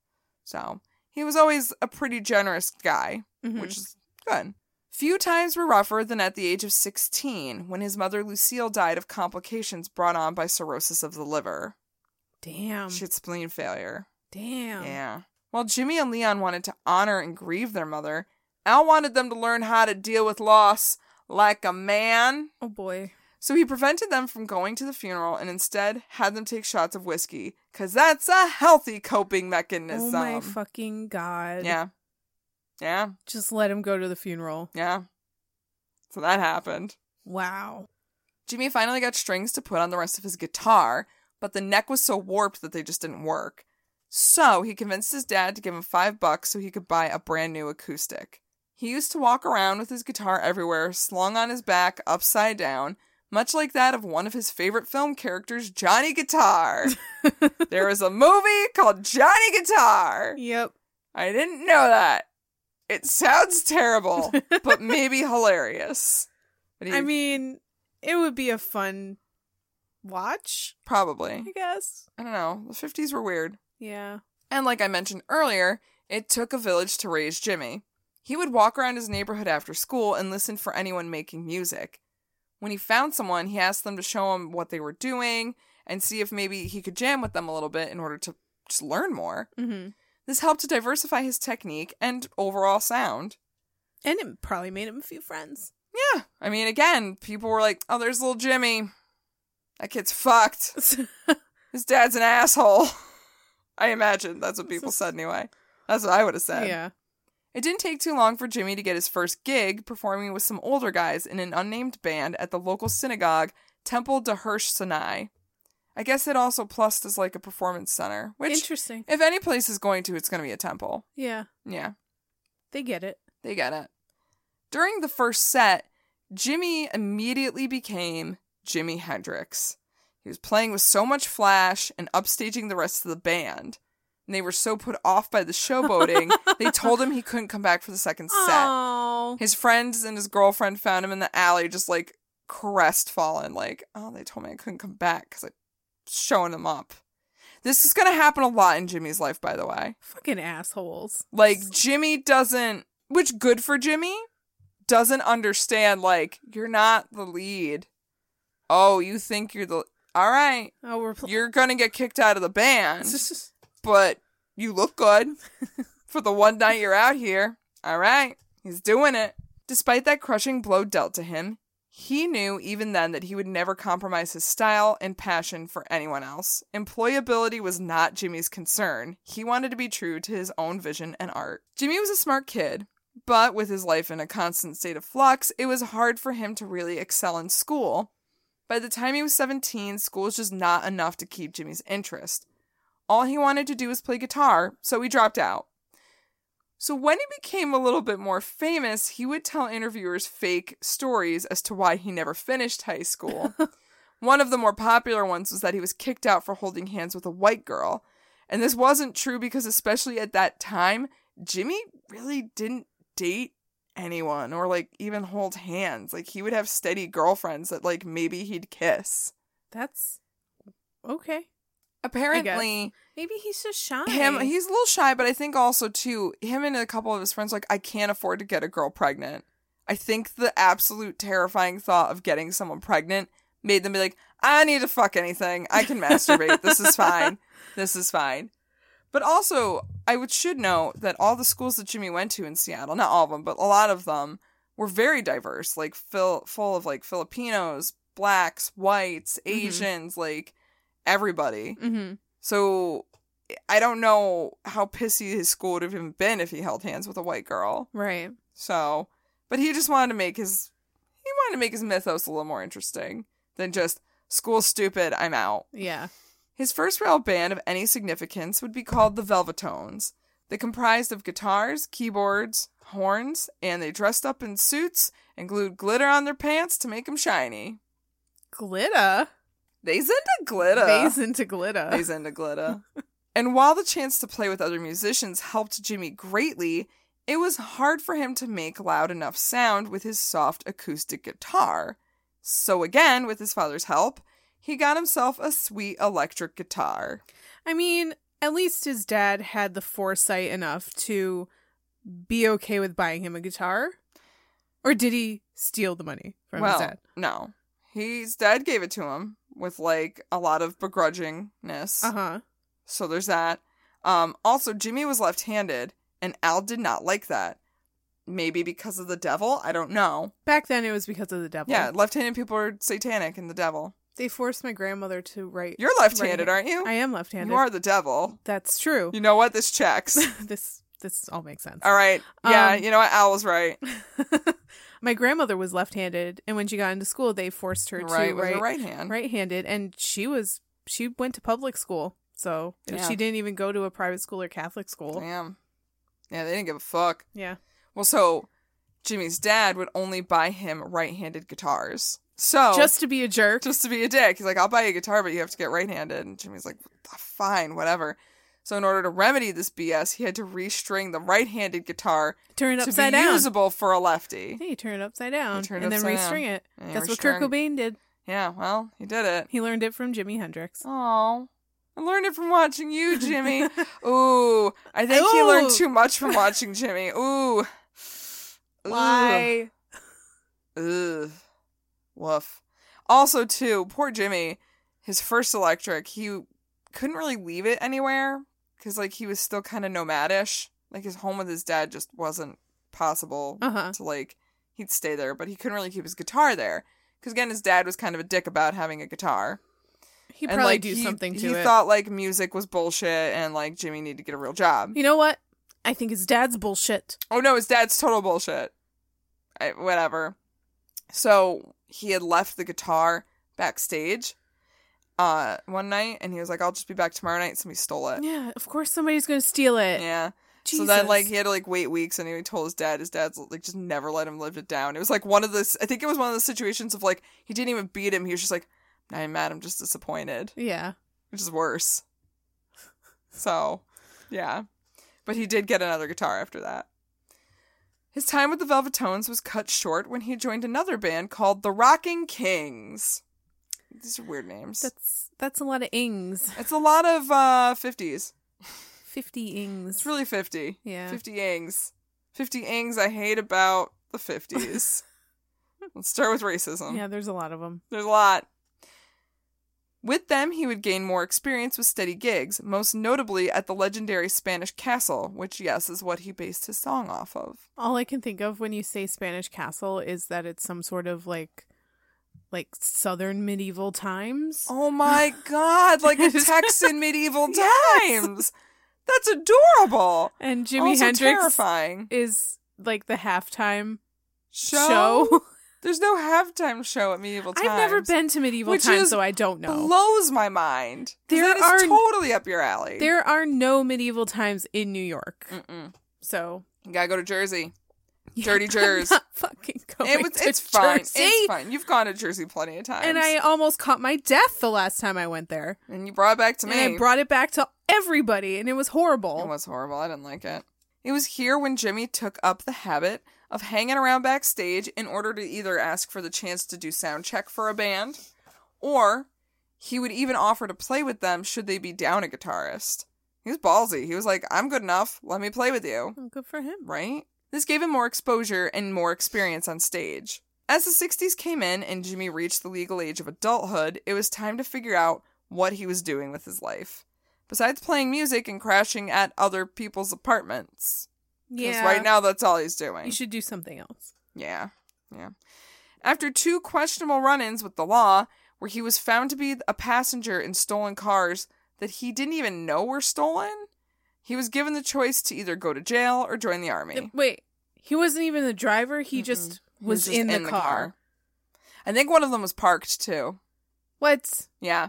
Speaker 1: So he was always a pretty generous guy, which is good. Few times were rougher than at the age of 16 when his mother Lucille died of complications brought on by cirrhosis of the liver.
Speaker 2: Damn.
Speaker 1: she had spleen failure.
Speaker 2: Damn.
Speaker 1: Yeah. While Jimmy and Leon wanted to honor and grieve their mother, Al wanted them to learn how to deal with loss like a man.
Speaker 2: Oh boy.
Speaker 1: So he prevented them from going to the funeral and instead had them take shots of whiskey, because that's a healthy coping mechanism.
Speaker 2: Oh my fucking god.
Speaker 1: um, yeah. Yeah.
Speaker 2: Just let him go to the funeral.
Speaker 1: Yeah. So that happened.
Speaker 2: Wow.
Speaker 1: Jimmy finally got strings to put on the rest of his guitar, but the neck was so warped that they just didn't work. So he convinced his dad to give him five bucks so he could buy a brand new acoustic. He used to walk around with his guitar everywhere, slung on his back, upside down, much like that of one of his favorite film characters, Johnny
Speaker 2: <laughs>
Speaker 1: Guitar. there was a movie called Johnny Guitar.
Speaker 2: Yep.
Speaker 1: I didn't know that. It sounds terrible,
Speaker 2: <laughs>
Speaker 1: but maybe hilarious. But he-
Speaker 2: I mean, it would be a fun watch,
Speaker 1: probably.
Speaker 2: I guess.
Speaker 1: I don't know. The 50s were weird.
Speaker 2: Yeah.
Speaker 1: And like I mentioned earlier, it took a village to raise Jimmy. He would walk around his neighborhood after school and listen for anyone making music. When he found someone, he asked them to show him what they were doing and see if maybe he could jam with them a little bit in order to just learn more.
Speaker 2: Mm-hmm.
Speaker 1: This helped to diversify his technique and overall sound.
Speaker 2: And it probably made him a few friends. <laughs>
Speaker 1: Yeah. I mean, again, people were like, oh, there's little Jimmy. That kid's fucked. His dad's an asshole. <laughs> I imagine that's what people said anyway. That's what I would have said.
Speaker 2: yeah.
Speaker 1: It didn't take too long for Jimmy to get his first gig performing with some older guys in an unnamed band at the local synagogue, Temple de Hirsch Sinai. I guess it also plussed as like a performance center, which,
Speaker 2: Interesting.
Speaker 1: if any place is going to, it's going to be a temple.
Speaker 2: Yeah.
Speaker 1: Yeah.
Speaker 2: They get it.
Speaker 1: They get it. During the first set, Jimmy immediately became Jimi Hendrix. He was playing with so much flash and upstaging the rest of the band. And they were so put off by the showboating, they told him he couldn't come back for the second set.
Speaker 2: Oh,
Speaker 1: His friends and his girlfriend found him in the alley, just like crestfallen, like, oh, they told me I couldn't come back because I showing them up. This is going to happen a lot in Jimmy's life, by the way.
Speaker 2: fucking assholes.
Speaker 1: Like Jimmy doesn't, which good for Jimmy, doesn't understand. Like you're not the lead. Oh, you think you're the all right.
Speaker 2: Oh, we're pl- <laughs>
Speaker 1: You're gonna get kicked out of the band, but you look good <laughs> for the one night you're out here. All right, he's doing it. Despite that crushing blow dealt to him, he knew even then that he would never compromise his style and passion for anyone else. Employability was not Jimmy's concern. He wanted to be true to his own vision and art. Jimmy was a smart kid, but with his life in a constant state of flux, it was hard for him to really excel in school. By the time he was 17, school was just not enough to keep Jimmy's interest. All he wanted to do was play guitar, so he dropped out. So when he became a little bit more famous, he would tell interviewers fake stories as to why he never finished high school. One of the more popular ones was that he was kicked out for holding hands with a white girl. And this wasn't true because especially at that time, Jimmy really didn't date anyone or like even hold hands. Like he would have steady girlfriends that like maybe he'd kiss.
Speaker 2: that's okay.
Speaker 1: Apparently,
Speaker 2: Maybe he's just shy.
Speaker 1: him he's a little shy, but I think also too him and a couple of his friends like I can't afford to get a girl pregnant. I think the absolute terrifying thought of getting someone pregnant made them be like, I need to fuck anything. I can masturbate. this is fine. This is fine. But also, I would should note that all the schools that Jimmy went to in Seattle, not all of them, but a lot of them were very diverse, like fill, full of like Filipinos, blacks, whites, Asians, like everybody.
Speaker 2: Mm-hmm.
Speaker 1: So I don't know how pissy his school would have even been if he held hands with a white girl.
Speaker 2: Right.
Speaker 1: So, but he just wanted to make his he wanted to make his mythos a little more interesting than just school stupid, I'm out.
Speaker 2: Yeah.
Speaker 1: His first real band of any significance would be called the Velvetones. They comprised of guitars, keyboards, horns, and they dressed up in suits and glued glitter on their pants to make them shiny.
Speaker 2: Glitter.
Speaker 1: They's into glitter.
Speaker 2: Bays into glitter.
Speaker 1: He's into glitter. and while the chance to play with other musicians helped Jimmy greatly, it was hard for him to make loud enough sound with his soft acoustic guitar. So, again, with his father's help, he got himself a sweet electric guitar.
Speaker 2: I mean, at least his dad had the foresight enough to be okay with buying him a guitar. Or did he steal the money from his dad?
Speaker 1: no. His dad gave it to him with like a lot of begrudgingness.
Speaker 2: Uh huh.
Speaker 1: So there's that. Um, also, Jimmy was left handed, and Al did not like that. Maybe because of the devil? I don't know.
Speaker 2: Back then, it was because of the devil.
Speaker 1: Yeah, left-handed people are satanic and the devil.
Speaker 2: They forced my grandmother to write.
Speaker 1: You're left-handed, aren't you?
Speaker 2: I am left-handed. Oh.
Speaker 1: You are the devil.
Speaker 2: That's true.
Speaker 1: You know what? This checks.
Speaker 2: <laughs> this this all makes sense.
Speaker 1: All right. Yeah,
Speaker 2: Um,
Speaker 1: you know what? Al was right.
Speaker 2: <laughs> my grandmother was left-handed, and when she got into school, they forced her
Speaker 1: Right
Speaker 2: to
Speaker 1: with
Speaker 2: write
Speaker 1: her right hand.
Speaker 2: right-handed, and she was she went to public school, so
Speaker 1: Yeah.
Speaker 2: she didn't even go to a private school or Catholic school.
Speaker 1: Damn. Yeah, they didn't give a fuck.
Speaker 2: yeah.
Speaker 1: Well, so Jimmy's dad would only buy him right-handed guitars. So
Speaker 2: just to be a jerk.
Speaker 1: just to be a dick. He's like, I'll buy you a guitar, but you have to get right handed. And Jimmy's like, fine, whatever. So, in order to remedy this BS, he had to restring the right handed guitar
Speaker 2: turn it
Speaker 1: to
Speaker 2: upside
Speaker 1: be
Speaker 2: down.
Speaker 1: usable for a lefty.
Speaker 2: Hey, turn it upside down
Speaker 1: turn it
Speaker 2: and then
Speaker 1: upside down.
Speaker 2: restring it.
Speaker 1: And you
Speaker 2: That's what Kurt
Speaker 1: restring.
Speaker 2: Cobain did.
Speaker 1: Yeah, well, he did it.
Speaker 2: He learned it from Jimi Hendrix.
Speaker 1: Oh, I learned it from watching
Speaker 2: <laughs>
Speaker 1: you, <laughs> Jimmy. Ooh, I think he learned
Speaker 2: Ooh.
Speaker 1: too much from watching Jimmy. Ooh. Ooh.
Speaker 2: Why?
Speaker 1: Ugh. Woof. Also, too, poor Jimmy, his first electric, he couldn't really leave it anywhere because, like, he was still kind of nomadish. Like, his home with his dad just wasn't possible
Speaker 2: Uh-huh.
Speaker 1: to, like, he'd stay there, but he couldn't really keep his guitar there. Because, again, his dad was kind of a dick about having a guitar.
Speaker 2: He
Speaker 1: And,
Speaker 2: probably
Speaker 1: like,
Speaker 2: do
Speaker 1: he-
Speaker 2: something to
Speaker 1: he
Speaker 2: it.
Speaker 1: thought, like, music was bullshit and, like, Jimmy needed to get a real job.
Speaker 2: you know what? I think his dad's bullshit.
Speaker 1: Oh no, his dad's total bullshit. I, whatever. So he had left the guitar backstage uh one night and he was like, I'll just be back tomorrow night. Somebody stole it.
Speaker 2: Yeah, of course somebody's gonna steal it.
Speaker 1: Yeah.
Speaker 2: Jesus.
Speaker 1: So then, like, he had to like wait weeks, and he told his dad. His dad's like just never let him live it down. It was like one of the. I think it was one of the situations of like he didn't even beat him. He was just like, "Not even mad. I'm just disappointed,"
Speaker 2: yeah.
Speaker 1: which is worse. So, yeah, but he did get another guitar after that. His time with the Velvet Tones was cut short when he joined another band called the Rocking Kings. These are weird names.
Speaker 2: That's that's a lot of ings.
Speaker 1: It's a lot of uh, 50s.
Speaker 2: Fifty ings.
Speaker 1: It's really 50.
Speaker 2: Yeah.
Speaker 1: 50 ings. 50 ings I hate about the
Speaker 2: <laughs>
Speaker 1: 50s. Let's start with racism.
Speaker 2: yeah, there's a lot of them.
Speaker 1: There's a lot. With them, he would gain more experience with steady gigs, most notably at the legendary Spanish Castle, which, yes, is what he based his song off of.
Speaker 2: All I can think of when you say Spanish castle is that it's some sort of like like southern medieval times.
Speaker 1: Oh
Speaker 2: <laughs>
Speaker 1: my god, like a Texan medieval
Speaker 2: Yes.
Speaker 1: times! That's adorable!
Speaker 2: And Jimi
Speaker 1: also
Speaker 2: Hendrix
Speaker 1: terrifying.
Speaker 2: is like the halftime
Speaker 1: Show?
Speaker 2: show.
Speaker 1: There's no halftime show at medieval times.
Speaker 2: <laughs> I've never been to medieval
Speaker 1: Which
Speaker 2: times,
Speaker 1: is
Speaker 2: so I don't know.
Speaker 1: blows my mind. 'Cause
Speaker 2: There
Speaker 1: that is
Speaker 2: are-
Speaker 1: totally up your alley.
Speaker 2: there are no medieval times in New York.
Speaker 1: Mm-mm.
Speaker 2: So
Speaker 1: You gotta go to Jersey.
Speaker 2: yeah, <laughs>
Speaker 1: Dirty Jers.
Speaker 2: I'm not fucking <laughs> going
Speaker 1: It was,
Speaker 2: to
Speaker 1: it's fine.
Speaker 2: Jersey.
Speaker 1: It's fine. You've gone to Jersey plenty of times.
Speaker 2: And I almost caught my death the last time I went there.
Speaker 1: and you brought it back to me.
Speaker 2: And I brought it back to everybody, and it was horrible.
Speaker 1: It was horrible. I didn't like it. It was here when Jimmy took up the habit of hanging around backstage in order to either ask for the chance to do sound check for a band, or he would even offer to play with them should they be down a guitarist. He was ballsy. He was like, I'm good enough. Let me play with you.
Speaker 2: Oh, Good for him.
Speaker 1: right? This gave him more exposure and more experience on stage. As the 60s came in and Jimmy reached the legal age of adulthood, it was time to figure out what he was doing with his life. Besides playing music and crashing at other people's apartments. Because
Speaker 2: Yeah.
Speaker 1: right now, that's all he's doing.
Speaker 2: you should do something else.
Speaker 1: Yeah, yeah. After two questionable run ins with the law, where he was found to be a passenger in stolen cars that he didn't even know were stolen, he was given the choice to either go to jail or join the army.
Speaker 2: Wait, he wasn't even the driver. He
Speaker 1: Mm-mm.
Speaker 2: just
Speaker 1: He
Speaker 2: was
Speaker 1: just
Speaker 2: in, the, car.
Speaker 1: I think one of them was parked too.
Speaker 2: What?
Speaker 1: Yeah.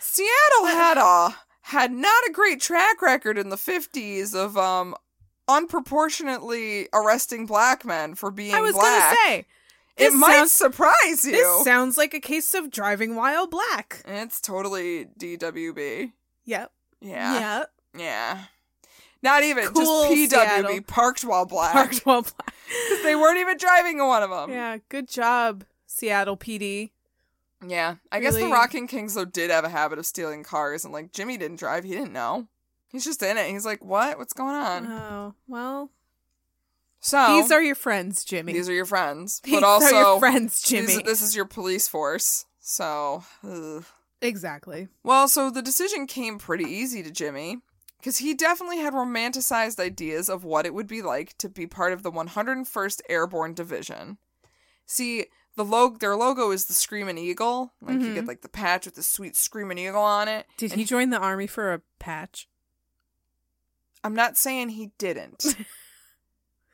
Speaker 1: Seattle had a had not a great track record in the fifties of um unproportionately arresting black men for being
Speaker 2: I was
Speaker 1: black.
Speaker 2: gonna say
Speaker 1: it
Speaker 2: this
Speaker 1: might
Speaker 2: sounds-
Speaker 1: surprise you.
Speaker 2: this sounds like a case of driving while black.
Speaker 1: it's totally DWB.
Speaker 2: Yep.
Speaker 1: Yeah. Yeah.
Speaker 2: Yep.
Speaker 1: Not even
Speaker 2: Cool,
Speaker 1: just PWB
Speaker 2: Seattle.
Speaker 1: parked while black.
Speaker 2: Parked while black.
Speaker 1: <laughs> They weren't even driving in one of them.
Speaker 2: yeah. Good job, Seattle PD.
Speaker 1: Yeah. I guess the
Speaker 2: Really-
Speaker 1: Rocking Kings though did have a habit of stealing cars and like Jimmy didn't drive, he didn't know. He's just in it. He's like, What? What's going on?
Speaker 2: Oh well,
Speaker 1: so
Speaker 2: these are your friends, Jimmy.
Speaker 1: oh. these are your
Speaker 2: <laughs>
Speaker 1: friends.
Speaker 2: These
Speaker 1: but
Speaker 2: are
Speaker 1: also
Speaker 2: your friends,
Speaker 1: these-
Speaker 2: Jimmy.
Speaker 1: this is your police force. So ugh.
Speaker 2: exactly.
Speaker 1: Well, so the decision came pretty easy to Jimmy because he definitely had romanticized ideas of what it would be like to be part of the 101st Airborne Division. See, the log- their logo is the screaming eagle. Like you
Speaker 2: Mhm.
Speaker 1: get like the patch with the sweet screaming eagle on it.
Speaker 2: Did
Speaker 1: And
Speaker 2: he join the army for a patch?
Speaker 1: I'm not saying he didn't.
Speaker 2: <laughs>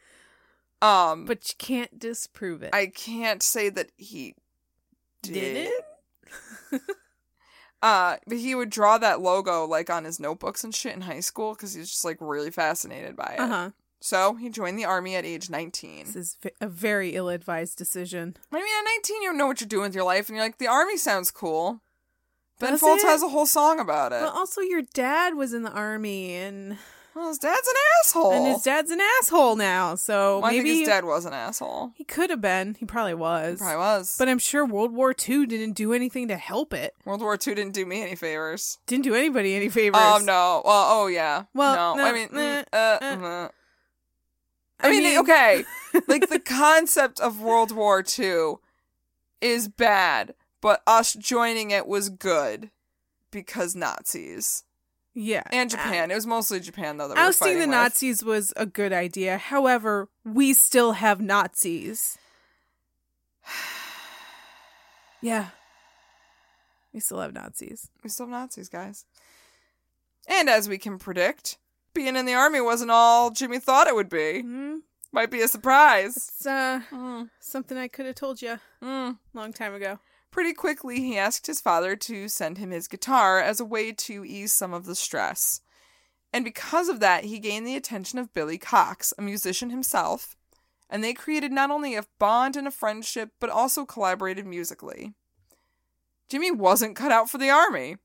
Speaker 1: um, but
Speaker 2: But you can't disprove it.
Speaker 1: I can't say that he did.
Speaker 2: Didn't?
Speaker 1: Uh, but he would draw that logo like on his notebooks and shit in high school because he's just like really fascinated by it.
Speaker 2: Uh huh.
Speaker 1: So he joined the army at age 19.
Speaker 2: This is v- a very ill-advised decision.
Speaker 1: I mean, at 19, you don't know what you're doing with your life, and you're like, the army sounds cool. Ben
Speaker 2: Does
Speaker 1: Folds
Speaker 2: it? uh,
Speaker 1: has a whole song about it.
Speaker 2: Well, also your dad was in the army, and
Speaker 1: Well, his dad's an asshole.
Speaker 2: and his dad's an asshole now. So
Speaker 1: Well, I think
Speaker 2: maybe
Speaker 1: his dad was an asshole.
Speaker 2: he could have been. He probably was.
Speaker 1: Probably was.
Speaker 2: But I'm sure World War II didn't do anything to help it.
Speaker 1: World War II didn't do me any favors.
Speaker 2: Didn't do anybody any favors.
Speaker 1: Oh no. Well, oh yeah.
Speaker 2: Well,
Speaker 1: Well, no.
Speaker 2: no,
Speaker 1: I mean, mm,
Speaker 2: uh,
Speaker 1: uh,
Speaker 2: uh.
Speaker 1: mm.
Speaker 2: I
Speaker 1: I mean,
Speaker 2: mean- <laughs>
Speaker 1: okay. like the concept of World War II is bad, but us joining it was good because Nazis
Speaker 2: Yeah.
Speaker 1: and Japan. It was mostly Japan though. That we were
Speaker 2: Ousting
Speaker 1: fighting
Speaker 2: the
Speaker 1: with.
Speaker 2: Nazis was a good idea. However, we still have Nazis. <sighs> Yeah. We still have Nazis.
Speaker 1: We still have Nazis, guys. And as we can predict, being in the army wasn't all Jimmy thought it would be.
Speaker 2: Mm,
Speaker 1: Might be a surprise.
Speaker 2: it's uh,
Speaker 1: Mm,
Speaker 2: something I could have told you
Speaker 1: mm.
Speaker 2: long time ago.
Speaker 1: Pretty quickly, he asked his father to send him his guitar as a way to ease some of the stress. And because of that, he gained the attention of Billy Cox, a musician himself, and they created not only a bond and a friendship, but also collaborated musically. Jimmy wasn't cut out for the army.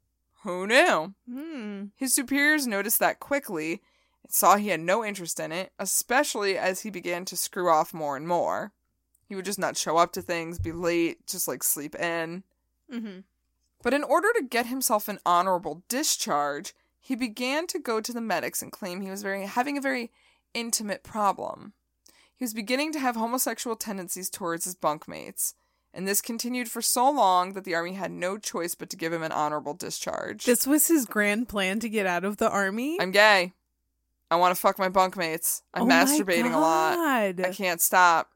Speaker 1: Who knew?
Speaker 2: Hmm.
Speaker 1: His superiors noticed that quickly and saw he had no interest in it, especially as he began to screw off more and more. He would just not show up to things, be late, just like sleep in.
Speaker 2: Mm-hmm.
Speaker 1: But in order to get himself an honorable discharge, he began to go to the medics and claim he was very having a very intimate problem. He was beginning to have homosexual tendencies towards his bunkmates, and this continued for so long that the army had no choice but to give him an honorable discharge.
Speaker 2: This was his grand plan to get out of the army.
Speaker 1: I'm gay. I want to fuck my bunkmates. I'm
Speaker 2: Oh my
Speaker 1: masturbating a lot.
Speaker 2: God.
Speaker 1: I can't stop.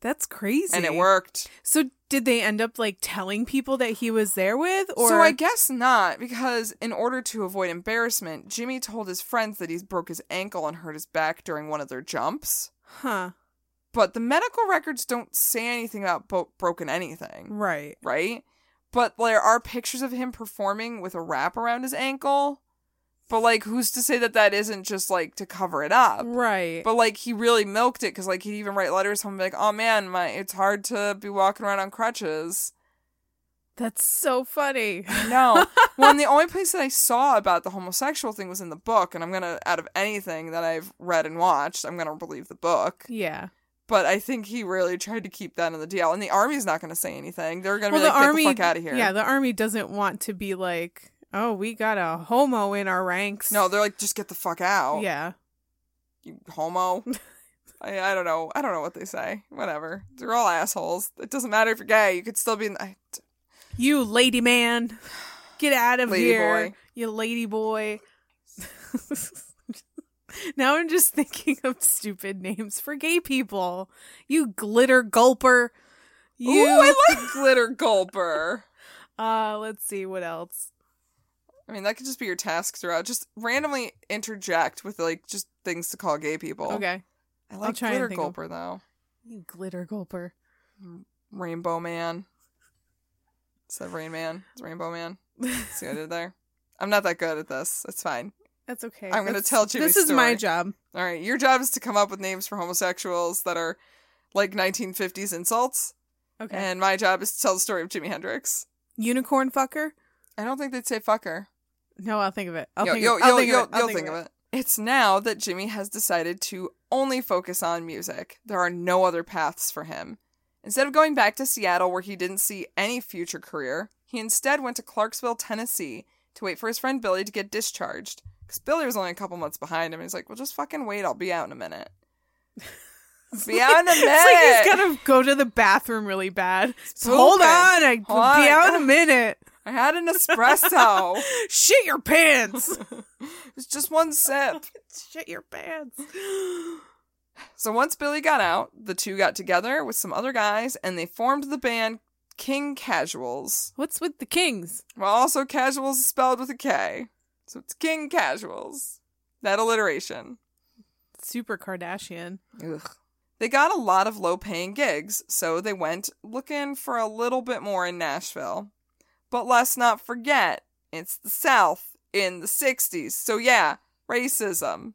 Speaker 2: That's crazy.
Speaker 1: And it worked.
Speaker 2: So did they end up like telling people that he was there with, or
Speaker 1: so I guess not, because in order to avoid embarrassment, Jimmy told his friends that he's broke his ankle and hurt his back during one of their jumps.
Speaker 2: huh?
Speaker 1: But the medical records don't say anything about bo- broken anything,
Speaker 2: Right.
Speaker 1: right? But there are pictures of him performing with a wrap around his ankle. But like, who's to say that that isn't just like to cover it up?
Speaker 2: Right.
Speaker 1: Uh, But like he really milked it because like he'd even write letters home and be like, "Oh man, my it's hard to be walking around on crutches."
Speaker 2: That's
Speaker 1: <sighs>
Speaker 2: so funny. <sighs> <laughs>
Speaker 1: No, well, and the only place that I saw about the homosexual thing was in the book, and I'm gonna out of anything that I've read and watched, I'm gonna believe the book.
Speaker 2: yeah.
Speaker 1: But I think he really tried to keep that in the DL, and the army's not gonna say anything. They're gonna
Speaker 2: Well,
Speaker 1: be
Speaker 2: the
Speaker 1: like, "Get
Speaker 2: army.
Speaker 1: the fuck out of here."
Speaker 2: Yeah, the army doesn't want to be like, oh, we got a homo in our ranks.
Speaker 1: no, they're like, "Just get the fuck out."
Speaker 2: Yeah.
Speaker 1: you
Speaker 2: <laughs>
Speaker 1: homo. I, I don't know. I don't know what they say. Whatever. They're all assholes. It doesn't matter if you're gay. You could still be in. I,
Speaker 2: You
Speaker 1: <sighs>
Speaker 2: lady man, get out of
Speaker 1: Lady
Speaker 2: here.
Speaker 1: boy.
Speaker 2: You lady boy. <laughs> now I'm just thinking of stupid names for gay people. You glitter gulper. You.
Speaker 1: Ooh, I like glitter gulper.
Speaker 2: Uh, let's see what else.
Speaker 1: I mean, that could just be your task throughout. Just randomly interject with like just things to call gay people.
Speaker 2: Okay.
Speaker 1: I like
Speaker 2: try and
Speaker 1: glitter
Speaker 2: think of-
Speaker 1: gulper though.
Speaker 2: You glitter gulper.
Speaker 1: Rainbow man. It's that Rain Man. It's Rainbow Man. See what I did there? I'm not that good at this. It's fine.
Speaker 2: That's okay.
Speaker 1: I'm gonna
Speaker 2: That's-
Speaker 1: tell Jimmy's
Speaker 2: This is my
Speaker 1: story.
Speaker 2: job.
Speaker 1: All right, your job is to come up with names for homosexuals that are like 1950s insults,
Speaker 2: Okay.
Speaker 1: and my job is to tell the story of Jimi Hendrix.
Speaker 2: Unicorn fucker?
Speaker 1: I don't think they'd say fucker.
Speaker 2: No, I'll think of it. I'll
Speaker 1: Yo-
Speaker 2: think
Speaker 1: yo-
Speaker 2: of it. I'll
Speaker 1: yo-
Speaker 2: think
Speaker 1: yo-
Speaker 2: of it. I'll
Speaker 1: you'll think of it. It's now that Jimmy has decided to only focus on music. There are no other paths for him. Instead of going back to Seattle, where he didn't see any future career, he instead went to Clarksville, Tennessee, to wait for his friend Billy to get discharged. Because Billy was only a couple months behind him. He's like, "Well, just fucking wait. I'll be out in a minute.
Speaker 2: <laughs>
Speaker 1: be out in a minute."
Speaker 2: It's like he's gotta go to the bathroom really bad. So
Speaker 1: pooping.
Speaker 2: Hold on, I will
Speaker 1: Hold on,
Speaker 2: be
Speaker 1: I
Speaker 2: out in a
Speaker 1: gotta-
Speaker 2: minute.
Speaker 1: I had an espresso.
Speaker 2: <laughs> Shit
Speaker 1: <laughs>
Speaker 2: your pants.
Speaker 1: it's just one sip.
Speaker 2: Shit your pants.
Speaker 1: So once Billy got out, the two got together with some other guys and they formed the band King Casuals.
Speaker 2: What's with the kings?
Speaker 1: Well, also Casuals is spelled with a K. So it's King Casuals. That alliteration.
Speaker 2: Super Kardashian.
Speaker 1: Ugh. They got a lot of low paying gigs, so they went looking for a little bit more in Nashville. But let's not forget, it's the South in the 60s. So yeah, racism.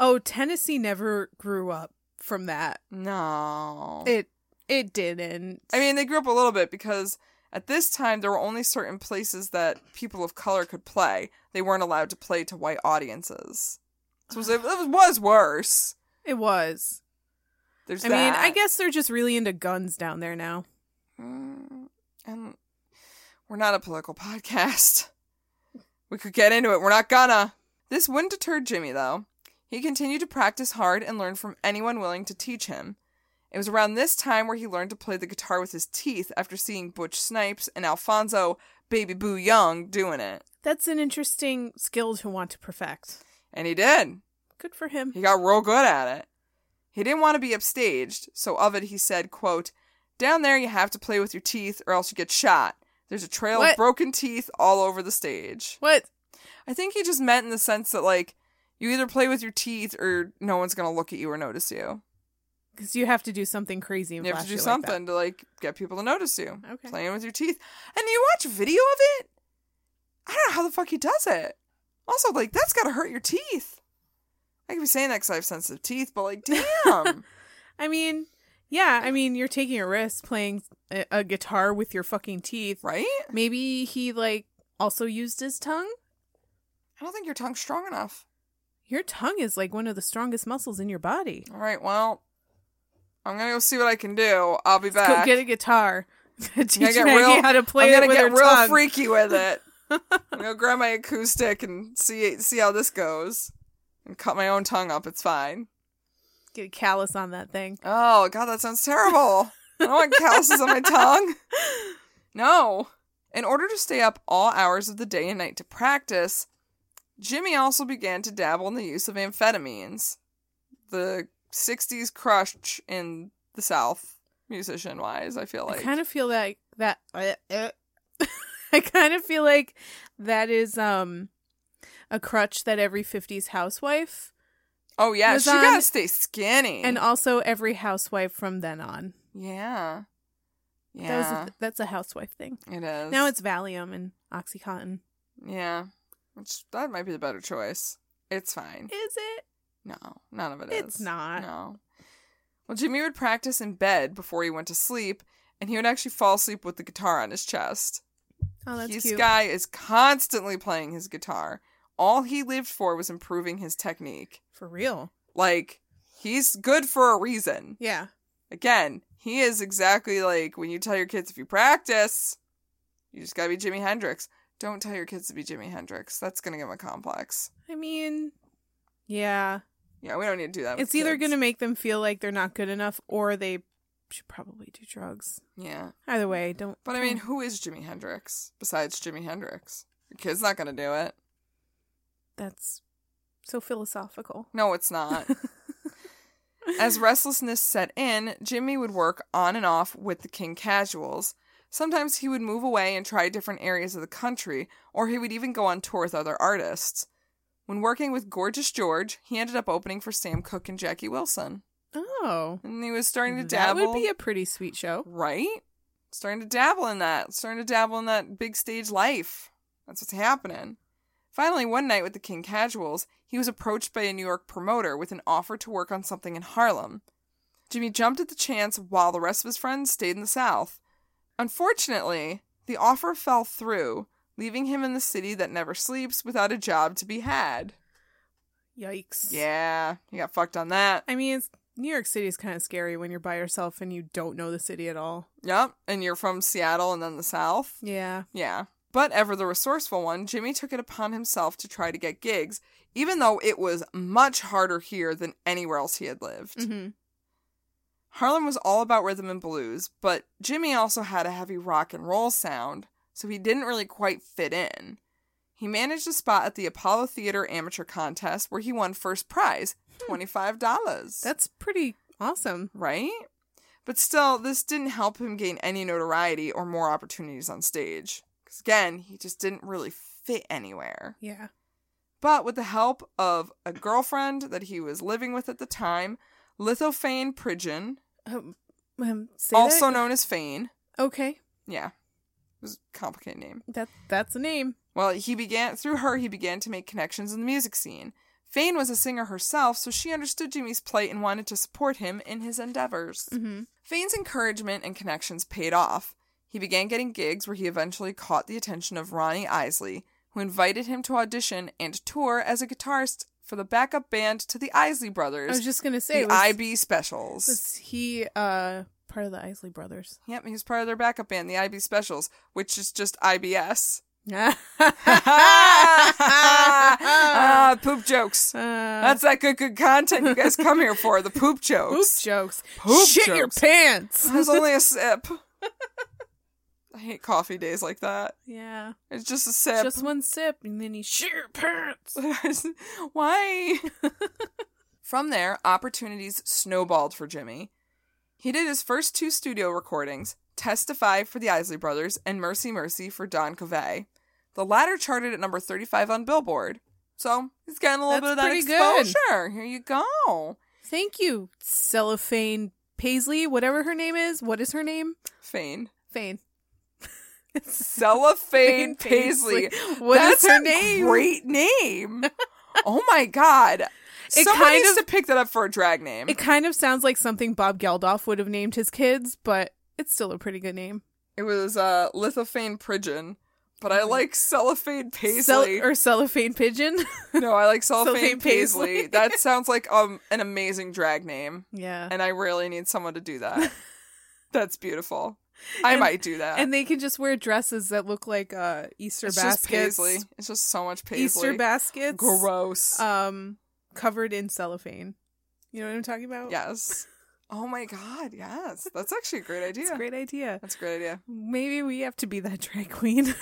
Speaker 2: Oh, Tennessee never grew up from that.
Speaker 1: No.
Speaker 2: It it didn't.
Speaker 1: I mean, they grew up a little bit because at this time there were only certain places that people of color could play. They weren't allowed to play to white audiences. So it
Speaker 2: <sighs>
Speaker 1: was, it was worse.
Speaker 2: it was.
Speaker 1: There's
Speaker 2: I mean, I
Speaker 1: that.
Speaker 2: guess they're just really into guns down there now.
Speaker 1: Mm, and we're not a political <laughs> podcast. We could get into it. We're not gonna. This wouldn't deter Jimmy, though. He continued to practice hard and learn from anyone willing to teach him. It was around this time where he learned to play the guitar with his teeth after seeing Butch Snipes and Alfonso Baby Boo Young doing it.
Speaker 2: That's an interesting skill to want to perfect.
Speaker 1: And he did.
Speaker 2: Good for him.
Speaker 1: He got real good at it. He didn't want to be upstaged, so of it he said, quote, Down there you have to play with your teeth or else you get shot. There's a trail
Speaker 2: What?
Speaker 1: of broken teeth all over the stage.
Speaker 2: What?
Speaker 1: I think he just meant in the sense that like you either play with your teeth or no one's gonna look at you or notice you.
Speaker 2: Because you have to do something crazy. And
Speaker 1: You have to
Speaker 2: flashy
Speaker 1: do
Speaker 2: like
Speaker 1: something
Speaker 2: that.
Speaker 1: to like get people to notice you.
Speaker 2: Okay.
Speaker 1: Playing with your teeth. And you watch video of it? I don't know how the fuck he does it. Also, like, that's gotta hurt your teeth. I could be saying that because I have sensitive teeth, but like, damn.
Speaker 2: I mean, yeah, I mean, you're taking a risk playing a, a guitar with your fucking teeth.
Speaker 1: right?
Speaker 2: Maybe he like also used his tongue.
Speaker 1: I don't think your tongue's strong enough.
Speaker 2: Your tongue is like one of the strongest muscles in your body.
Speaker 1: All right, well, I'm gonna go see what I can do. I'll be
Speaker 2: Go
Speaker 1: back.
Speaker 2: get a guitar. <laughs> Teach
Speaker 1: I'm gonna
Speaker 2: Maggie <laughs> how to play
Speaker 1: I'm gonna
Speaker 2: it with
Speaker 1: get
Speaker 2: her
Speaker 1: real
Speaker 2: tongue.
Speaker 1: freaky with
Speaker 2: <laughs>
Speaker 1: it. I'm gonna grab my acoustic and see see how this goes, and cut my own tongue up. It's fine.
Speaker 2: Get a callus on that thing.
Speaker 1: Oh god, that sounds terrible. I don't want calluses on my
Speaker 2: <laughs>
Speaker 1: tongue. No. In order to stay up all hours of the day and night to practice, Jimmy also began to dabble in the use of amphetamines. The 60s crush in the South, musician wise, I feel like.
Speaker 2: I kind of feel like that. eh, <laughs> I kind of feel like that is um a crutch that every 50s housewife
Speaker 1: oh, yeah,
Speaker 2: was
Speaker 1: she
Speaker 2: on-
Speaker 1: gotta stay skinny.
Speaker 2: and also every housewife from then on.
Speaker 1: yeah. Yeah.
Speaker 2: That was a th- that's a housewife thing.
Speaker 1: it is.
Speaker 2: Now it's Valium and OxyContin.
Speaker 1: Yeah. Which, that might be the better choice. It's fine.
Speaker 2: Is it?
Speaker 1: No, none of it is.
Speaker 2: It's not.
Speaker 1: No. Well, Jimmy would practice in bed before he went to sleep, and he would actually fall asleep with the guitar on his chest.
Speaker 2: Oh, that's
Speaker 1: this
Speaker 2: cute.
Speaker 1: guy is constantly playing his guitar. All he lived for was improving his technique.
Speaker 2: For real?
Speaker 1: Like, he's good for a reason.
Speaker 2: Yeah.
Speaker 1: Again, he is exactly like when you tell your kids if you practice, you just gotta be Jimi Hendrix. Don't tell your kids to be Jimi Hendrix. That's gonna give them a complex.
Speaker 2: I mean, yeah.
Speaker 1: Yeah, we don't need to do that. with
Speaker 2: It's either
Speaker 1: kids.
Speaker 2: going to make them feel like they're not good enough or they should probably do drugs.
Speaker 1: Yeah.
Speaker 2: Either way, don't.
Speaker 1: But I mean, who is Jimi Hendrix besides Jimi Hendrix? Your kid's not gonna do it.
Speaker 2: That's so philosophical.
Speaker 1: No, it's not.
Speaker 2: <laughs>
Speaker 1: As restlessness set in, Jimmy would work on and off with the King Casuals. Sometimes he would move away and try different areas of the country, or he would even go on tour with other artists. When working with Gorgeous George, he ended up opening for Sam Cooke and Jackie Wilson.
Speaker 2: Oh.
Speaker 1: And he was starting to
Speaker 2: That
Speaker 1: dabble.
Speaker 2: would be a pretty sweet show.
Speaker 1: Right? Starting to dabble in that. Starting to dabble in that big stage life. That's what's happening. Finally, one night with the King Casuals, he was approached by a New York promoter with an offer to work on something in Harlem. Jimmy jumped at the chance while the rest of his friends stayed in the South. Unfortunately, the offer fell through, leaving him in the city that never sleeps without a job to be had.
Speaker 2: Yikes.
Speaker 1: Yeah, he got fucked on that.
Speaker 2: I mean, it's, New York City is kind of scary when you're by yourself and you don't know the city at all.
Speaker 1: Yep, and you're from Seattle and then the South.
Speaker 2: Yeah.
Speaker 1: Yeah. But ever the resourceful one, Jimmy took it upon himself to try to get gigs, even though it was much harder here than anywhere else he had lived.
Speaker 2: Mm-hmm.
Speaker 1: Harlem was all about rhythm and blues, but Jimmy also had a heavy rock and roll sound, so he didn't really quite fit in. He managed a spot at the Apollo Theater Amateur Contest where he won first prize, $25.
Speaker 2: That's pretty awesome.
Speaker 1: right? But still, this didn't help him gain any notoriety or more opportunities on stage. Because again, he just didn't really fit anywhere.
Speaker 2: Yeah.
Speaker 1: But with the help of a girlfriend that he was living with at the time, Lithophane Pridgeon,
Speaker 2: Um, um, say
Speaker 1: also
Speaker 2: that-
Speaker 1: known as Fane,
Speaker 2: Okay.
Speaker 1: yeah, it was a complicated name.
Speaker 2: That that's a name.
Speaker 1: Well, he began through her. He began to make connections in the music scene. Fane was a singer herself, so she understood Jimmy's plight and wanted to support him in his endeavors.
Speaker 2: Mm-hmm.
Speaker 1: Fane's encouragement and connections paid off. He began getting gigs where he eventually caught the attention of Ronnie Isley, who invited him to audition and tour as a guitarist for the backup band to the Isley
Speaker 2: I
Speaker 1: Brothers,
Speaker 2: was just gonna say
Speaker 1: the
Speaker 2: was,
Speaker 1: IB Specials.
Speaker 2: was he uh part of the
Speaker 1: <laughs>
Speaker 2: Isley Brothers?
Speaker 1: Yep, he was part of their backup band, the IB Specials, which is just IBS. ah, <laughs>
Speaker 2: Poop
Speaker 1: poop jokes.
Speaker 2: <laughs>
Speaker 1: That's that good, good content you guys come here for. The <laughs> poop jokes.
Speaker 2: jokes.
Speaker 1: Poop
Speaker 2: Shit your
Speaker 1: jokes.
Speaker 2: pants.
Speaker 1: There's only a sip. I hate coffee days like that.
Speaker 2: Yeah.
Speaker 1: It's just a sip.
Speaker 2: Just one sip and then you shit your pants.
Speaker 1: <laughs> Why? From there, opportunities snowballed for Jimmy. He did his first two studio recordings, Testify for the Isley Brothers and Mercy Mercy for Don Covey. The latter charted at number 35 on Billboard. So he's getting a little
Speaker 2: That's
Speaker 1: bit of
Speaker 2: pretty
Speaker 1: that
Speaker 2: good.
Speaker 1: exposure. Here you go.
Speaker 2: Thank you, Cellophane Paisley, whatever her name is. What is her name?
Speaker 1: Fane.
Speaker 2: Fane. <laughs>
Speaker 1: Cellophane Paisley.
Speaker 2: What is
Speaker 1: That's a
Speaker 2: her name?
Speaker 1: Great name. oh my god.
Speaker 2: <laughs> It
Speaker 1: Someone
Speaker 2: kind
Speaker 1: needs
Speaker 2: of-
Speaker 1: to pick that up for a drag name.
Speaker 2: It kind of sounds like something Bob Geldof would have named his kids, but it's still a pretty good name.
Speaker 1: It was uh, lithophane pigeon, but I like cellophane paisley.
Speaker 2: Mm-hmm. Cell- or <laughs> cellophane pigeon. <laughs>
Speaker 1: no, I like cellophane,
Speaker 2: Cellophane
Speaker 1: paisley.
Speaker 2: Paisley. <laughs>
Speaker 1: that sounds like um an amazing drag name,
Speaker 2: yeah.
Speaker 1: and I really need someone to do
Speaker 2: <laughs>
Speaker 1: that. That's beautiful. I
Speaker 2: And-
Speaker 1: might do that.
Speaker 2: And they can just wear dresses that look like uh
Speaker 1: uh,
Speaker 2: Easter
Speaker 1: it's
Speaker 2: baskets.
Speaker 1: just paisley. It's just so much paisley.
Speaker 2: Easter baskets.
Speaker 1: Gross.
Speaker 2: Um covered in cellophane. You know what I'm talking about?
Speaker 1: yes. Oh my god. Yes. That's actually a great idea.
Speaker 2: It's a great idea.
Speaker 1: That's a great idea.
Speaker 2: Maybe we have to be that <laughs> drag queen.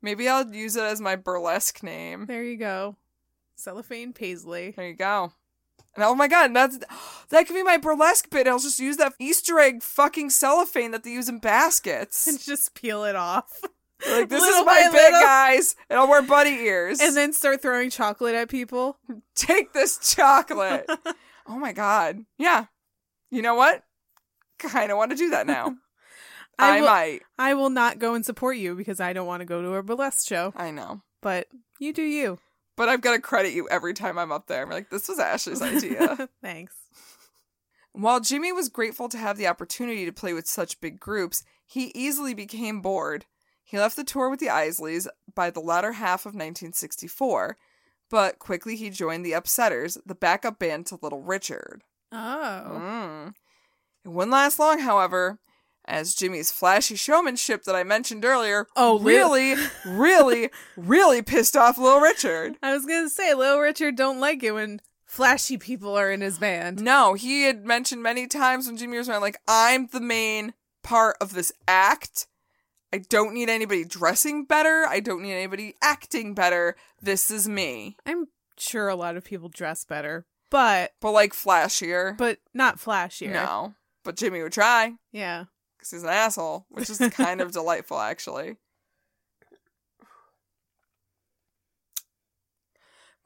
Speaker 1: Maybe I'll use it as my burlesque name.
Speaker 2: there you go. Cellophane Paisley. <laughs>
Speaker 1: There you go. And oh my god, that's that could be my burlesque bit. I'll just use that Easter egg fucking cellophane that they use in
Speaker 2: And <laughs>
Speaker 1: baskets.
Speaker 2: just peel
Speaker 1: <laughs>
Speaker 2: it off.
Speaker 1: Like this
Speaker 2: Little
Speaker 1: is my bit,
Speaker 2: by little.
Speaker 1: guys. And I'll wear bunny ears.
Speaker 2: And then start throwing chocolate at people.
Speaker 1: <laughs> take this
Speaker 2: <laughs>
Speaker 1: chocolate. oh my god. Yeah. You know what? Kinda wanna do that now.
Speaker 2: <laughs> I
Speaker 1: I
Speaker 2: will-
Speaker 1: might.
Speaker 2: I will not go and support you because I don't want to go to a burlesque show.
Speaker 1: I know.
Speaker 2: But you
Speaker 1: <laughs>
Speaker 2: do you.
Speaker 1: But I've got to credit you every time I'm up there. I'm like, this was Ashley's
Speaker 2: <laughs>
Speaker 1: idea.
Speaker 2: Thanks.
Speaker 1: While Jimmy was grateful to have the opportunity to play with such big groups, he easily became bored. He left the tour with the Isleys by the latter half of 1964, but quickly he joined the Upsetters, the backup band to Little Richard.
Speaker 2: Oh.
Speaker 1: Mm. It wouldn't last long, however, as Jimmy's flashy showmanship that I mentioned earlier
Speaker 2: Oh, li-
Speaker 1: really, really, really pissed off Little Richard.
Speaker 2: I was gonna say Little Richard don't like it when flashy people are in his band.
Speaker 1: No, he had mentioned many times when Jimmy was around, like, I'm the main part of this act. I don't need anybody dressing better. I don't need anybody acting better. This is me.
Speaker 2: I'm sure a lot of people dress better, but
Speaker 1: But like flashier.
Speaker 2: but not flashier.
Speaker 1: no. But Jimmy would try
Speaker 2: Yeah.
Speaker 1: because he's an asshole, which is kind of delightful, actually.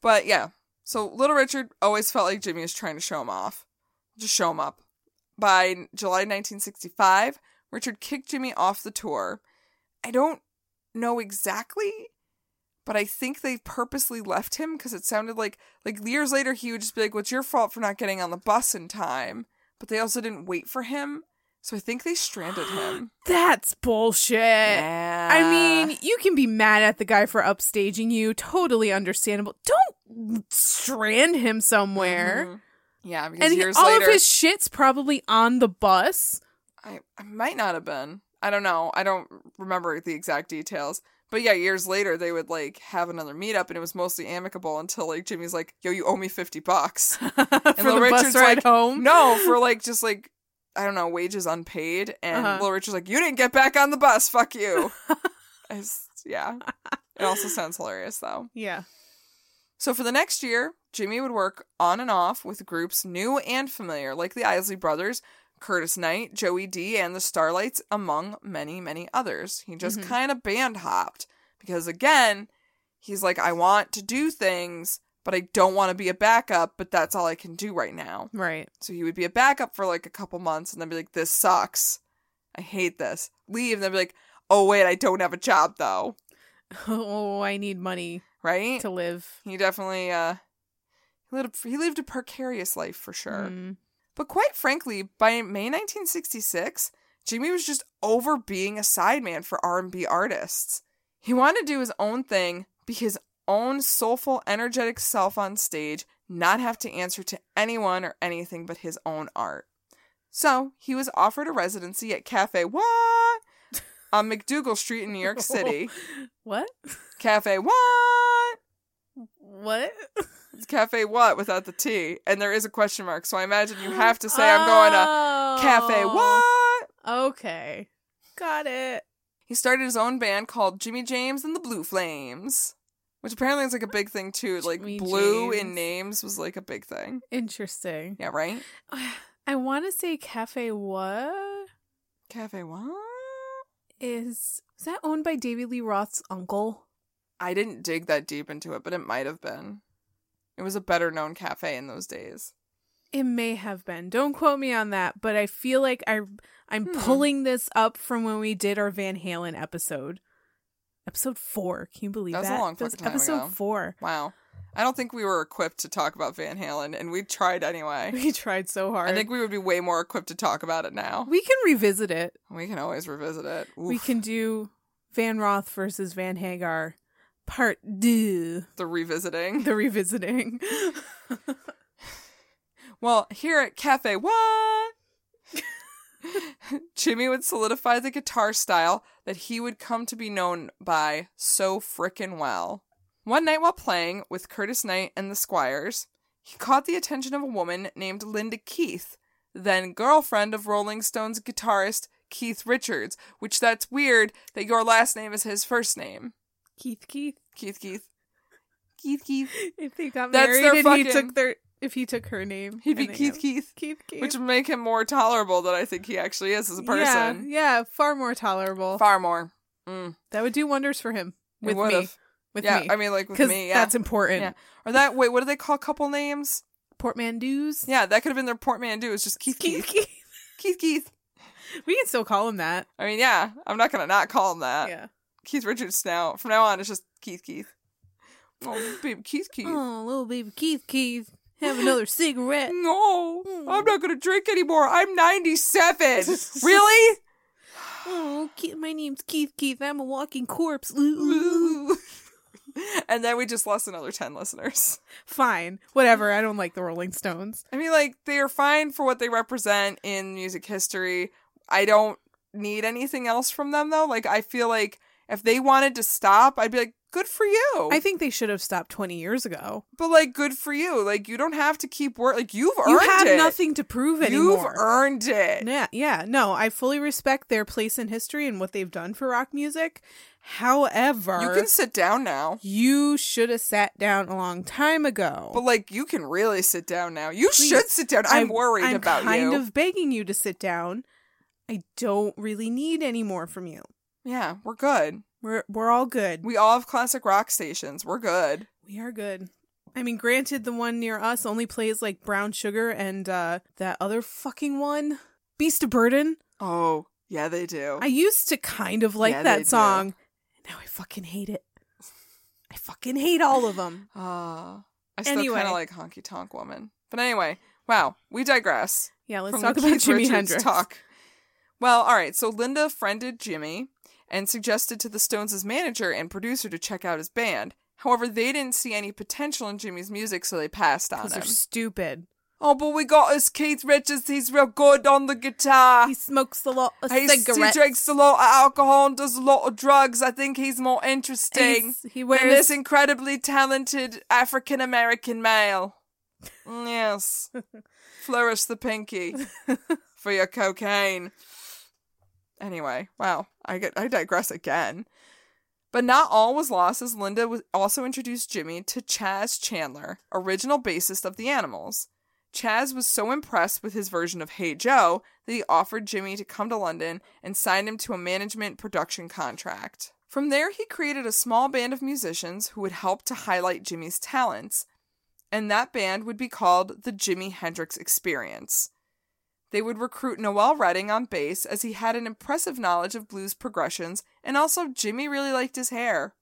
Speaker 1: But yeah, so Little Richard always felt like Jimmy was trying to show him off, just show him up. By July 1965, Richard kicked Jimmy off the tour. I don't know exactly, but I think they purposely left him because it sounded like like years later he would just be like, "What's your fault for not getting on the bus in time?" But they also didn't wait for him, so I think they stranded
Speaker 2: <gasps>
Speaker 1: him.
Speaker 2: That's bullshit.
Speaker 1: Yeah.
Speaker 2: Eh, I mean, you can be mad at the guy for upstaging you. Totally understandable. Don't strand him somewhere.
Speaker 1: Mhm. Yeah, because
Speaker 2: And he-
Speaker 1: years
Speaker 2: all
Speaker 1: later,
Speaker 2: of his shit's probably on
Speaker 1: <laughs>
Speaker 2: the bus.
Speaker 1: I, I might not have been. I don't know. I don't remember the exact details. But yeah, years later, they would like have another meetup, and it was mostly amicable until like Jimmy's like, "Yo, you owe me fifty
Speaker 2: <laughs>
Speaker 1: bucks."
Speaker 2: for
Speaker 1: Little
Speaker 2: the
Speaker 1: Richard's
Speaker 2: bus ride
Speaker 1: like,
Speaker 2: home.
Speaker 1: no, for like just like I don't know, wages unpaid, and
Speaker 2: Uh-huh.
Speaker 1: Little Richard's like, "You didn't get back on the bus. Fuck
Speaker 2: <laughs>
Speaker 1: you." I s- yeah, it also sounds hilarious though.
Speaker 2: Yeah.
Speaker 1: So for the next year, Jimmy would work on and off with groups new and familiar, like the Isley Brothers, Curtis Knight, Joey D, and the Starlights, among many, many others. He just
Speaker 2: Mhm.
Speaker 1: kind of band hopped because, again, he's like, I want to do things, but I don't want to be a backup, but that's all I can do right now.
Speaker 2: Right. <laughs>
Speaker 1: So he would be a backup for like a couple months and then be like, this sucks. I hate this. Leave and then be like, oh, wait, I don't have a job though.
Speaker 2: Oh, I need money
Speaker 1: Right?
Speaker 2: to live.
Speaker 1: He definitely uh he lived a, he lived a precarious life for sure.
Speaker 2: Mm.
Speaker 1: But quite frankly, by May 1966, Jimmy was just over being a sideman for R&B artists. He wanted to do his own thing, be his own soulful, energetic self on stage, not have to answer to anyone or anything but his own art. So, he was offered a residency at Cafe What on McDougal Street in New
Speaker 2: <laughs>
Speaker 1: York City.
Speaker 2: What?
Speaker 1: Cafe What?
Speaker 2: What?
Speaker 1: It's cafe what without the T, and there is a question mark. So I imagine you have to say I'm going to cafe what.
Speaker 2: Oh. Okay. Got it.
Speaker 1: He started his own band called Jimmy James and the Blue Flames, which apparently is like a big thing too. Like
Speaker 2: Jimmy
Speaker 1: blue in
Speaker 2: James.
Speaker 1: names was like a big thing.
Speaker 2: Interesting. <sighs>
Speaker 1: Yeah, right.
Speaker 2: I want to say Cafe What
Speaker 1: Cafe what?
Speaker 2: is is that owned by David Lee Roth's uncle?
Speaker 1: I didn't dig that deep into it, but it might have been. It was a better known cafe in those days.
Speaker 2: It may have been. Don't quote me on that, but I feel like I I'm
Speaker 1: Hmm.
Speaker 2: pulling this up from when we did our Van Halen episode. Episode 4. Can you believe
Speaker 1: That
Speaker 2: that?
Speaker 1: was a long
Speaker 2: That was
Speaker 1: fucking time
Speaker 2: episode
Speaker 1: ago.
Speaker 2: 4.
Speaker 1: Wow. I don't think we were equipped to talk about Van Halen, and we tried anyway.
Speaker 2: <laughs> <laughs> We tried so hard.
Speaker 1: I think we would be way more equipped to talk about it now.
Speaker 2: we can revisit it.
Speaker 1: We can always revisit it.
Speaker 2: We
Speaker 1: Oof.
Speaker 2: can do Van Roth versus Van Hagar part 2.
Speaker 1: the revisiting.
Speaker 2: <laughs> The revisiting. <laughs>
Speaker 1: Well, here at Cafe What? <laughs> Jimmy would solidify the guitar style that he would come to be known by so frickin' well. One night while playing with Curtis Knight and the Squires, he caught the attention of a woman named Linda Keith, then girlfriend of Rolling Stones guitarist Keith Richards, which that's weird that your last name is his first name.
Speaker 2: Keith Keith.
Speaker 1: Keith Keith. Keith Keith.
Speaker 2: If they got
Speaker 1: That's
Speaker 2: married
Speaker 1: their
Speaker 2: and he
Speaker 1: fucking-
Speaker 2: took their if he took her name.
Speaker 1: He'd be
Speaker 2: and they
Speaker 1: Keith
Speaker 2: got-
Speaker 1: Keith.
Speaker 2: Keith Keith.
Speaker 1: Which would make him more tolerable than I think he actually is as a person.
Speaker 2: Yeah, yeah far more tolerable.
Speaker 1: Far more. Mm,
Speaker 2: that would do wonders for him
Speaker 1: it
Speaker 2: with me.
Speaker 1: would've.
Speaker 2: With
Speaker 1: yeah,
Speaker 2: me.
Speaker 1: I mean, like with
Speaker 2: because
Speaker 1: me, yeah.
Speaker 2: that's important.
Speaker 1: Yeah. Or that, wait, what do they call couple names?
Speaker 2: Portmanteaus.
Speaker 1: Yeah, that could have been their portmanteau. It's just Keith
Speaker 2: Keith,
Speaker 1: Keith.
Speaker 2: Keith.
Speaker 1: Keith Keith.
Speaker 2: <laughs> We can still call him that.
Speaker 1: I mean, yeah, I'm not going to not call him that.
Speaker 2: yeah.
Speaker 1: Keith Richards now. From now on, it's just Keith Keith. Oh, babe, Keith Keith.
Speaker 2: Oh, little baby Keith, Keith, have another
Speaker 1: <laughs>
Speaker 2: cigarette.
Speaker 1: No,
Speaker 2: Mm.
Speaker 1: I'm not going to drink anymore. I'm
Speaker 2: <laughs>
Speaker 1: 97. really?
Speaker 2: Oh, Keith, my name's Keith, Keith. I'm a walking corpse. Ooh, ooh, ooh.
Speaker 1: Ooh. and then we just lost another 10 listeners.
Speaker 2: <laughs> Fine, whatever. I don't like the Rolling Stones.
Speaker 1: I mean, like, they are fine for what they represent in music history. I don't need anything else from them, though. Like, I feel like if they wanted to stop, I'd be like, good for you.
Speaker 2: I think they should have stopped twenty years ago.
Speaker 1: but, like, good for you. Like, you don't have to keep work. Like, you've earned
Speaker 2: You have
Speaker 1: it.
Speaker 2: nothing to prove anymore.
Speaker 1: You've earned it.
Speaker 2: Yeah, yeah. No, I fully respect their place in history and what they've done for rock music. However,
Speaker 1: You can sit down now.
Speaker 2: you should have sat down a long time ago.
Speaker 1: But, like, you can really sit down now. You
Speaker 2: Please.
Speaker 1: should sit down. I'm, worried
Speaker 2: I'm
Speaker 1: about
Speaker 2: kind
Speaker 1: you.
Speaker 2: of begging you to sit down. I don't really need any more from you.
Speaker 1: yeah, we're good.
Speaker 2: We're we're all good.
Speaker 1: We all have classic rock stations. We're good.
Speaker 2: We are good. I mean, granted, the one near us only plays like Brown Sugar and uh, that other fucking one, Beast of Burden.
Speaker 1: Oh, yeah, they do.
Speaker 2: I used to kind of like
Speaker 1: Yeah, they
Speaker 2: that
Speaker 1: do.
Speaker 2: song. Now I fucking hate it. I fucking hate all of them.
Speaker 1: Uh, I still
Speaker 2: Anyway.
Speaker 1: kind of like Honky Tonk Woman. But anyway, wow, we digress.
Speaker 2: Yeah, let's
Speaker 1: from
Speaker 2: talk
Speaker 1: the
Speaker 2: about
Speaker 1: Keith
Speaker 2: Jimi
Speaker 1: Richards
Speaker 2: Hendrix. <laughs>
Speaker 1: Talk. Well, all right, so Linda friended Jimmy and suggested to the Stones' manager and producer to check out his band. However, they didn't see any potential in Jimmy's music, so they passed on
Speaker 2: Because they're
Speaker 1: him.
Speaker 2: stupid.
Speaker 1: Oh, but we got us Keith Richards. He's real good on the guitar.
Speaker 2: He smokes a lot of
Speaker 1: He's- he
Speaker 2: cigarettes.
Speaker 1: drinks a lot of alcohol and does a lot of drugs. I think he's more interesting
Speaker 2: He's- he
Speaker 1: than this
Speaker 2: wears
Speaker 1: incredibly talented African American male. Mm,
Speaker 2: <laughs>
Speaker 1: Yes. Flourish the pinky for your cocaine. Anyway, wow, I get I digress again. But not all was lost as Linda was also introduced Jimmy to Chaz Chandler, original bassist of the Animals. Chaz was so impressed with his version of Hey Joe that he offered Jimmy to come to London and signed him to a management production contract. From there, he created a small band of musicians who would help to highlight Jimmy's talents, and that band would be called the Jimi Hendrix Experience. They would recruit Noel Redding on bass as he had an impressive knowledge of blues progressions, and also Jimmy really liked his hair.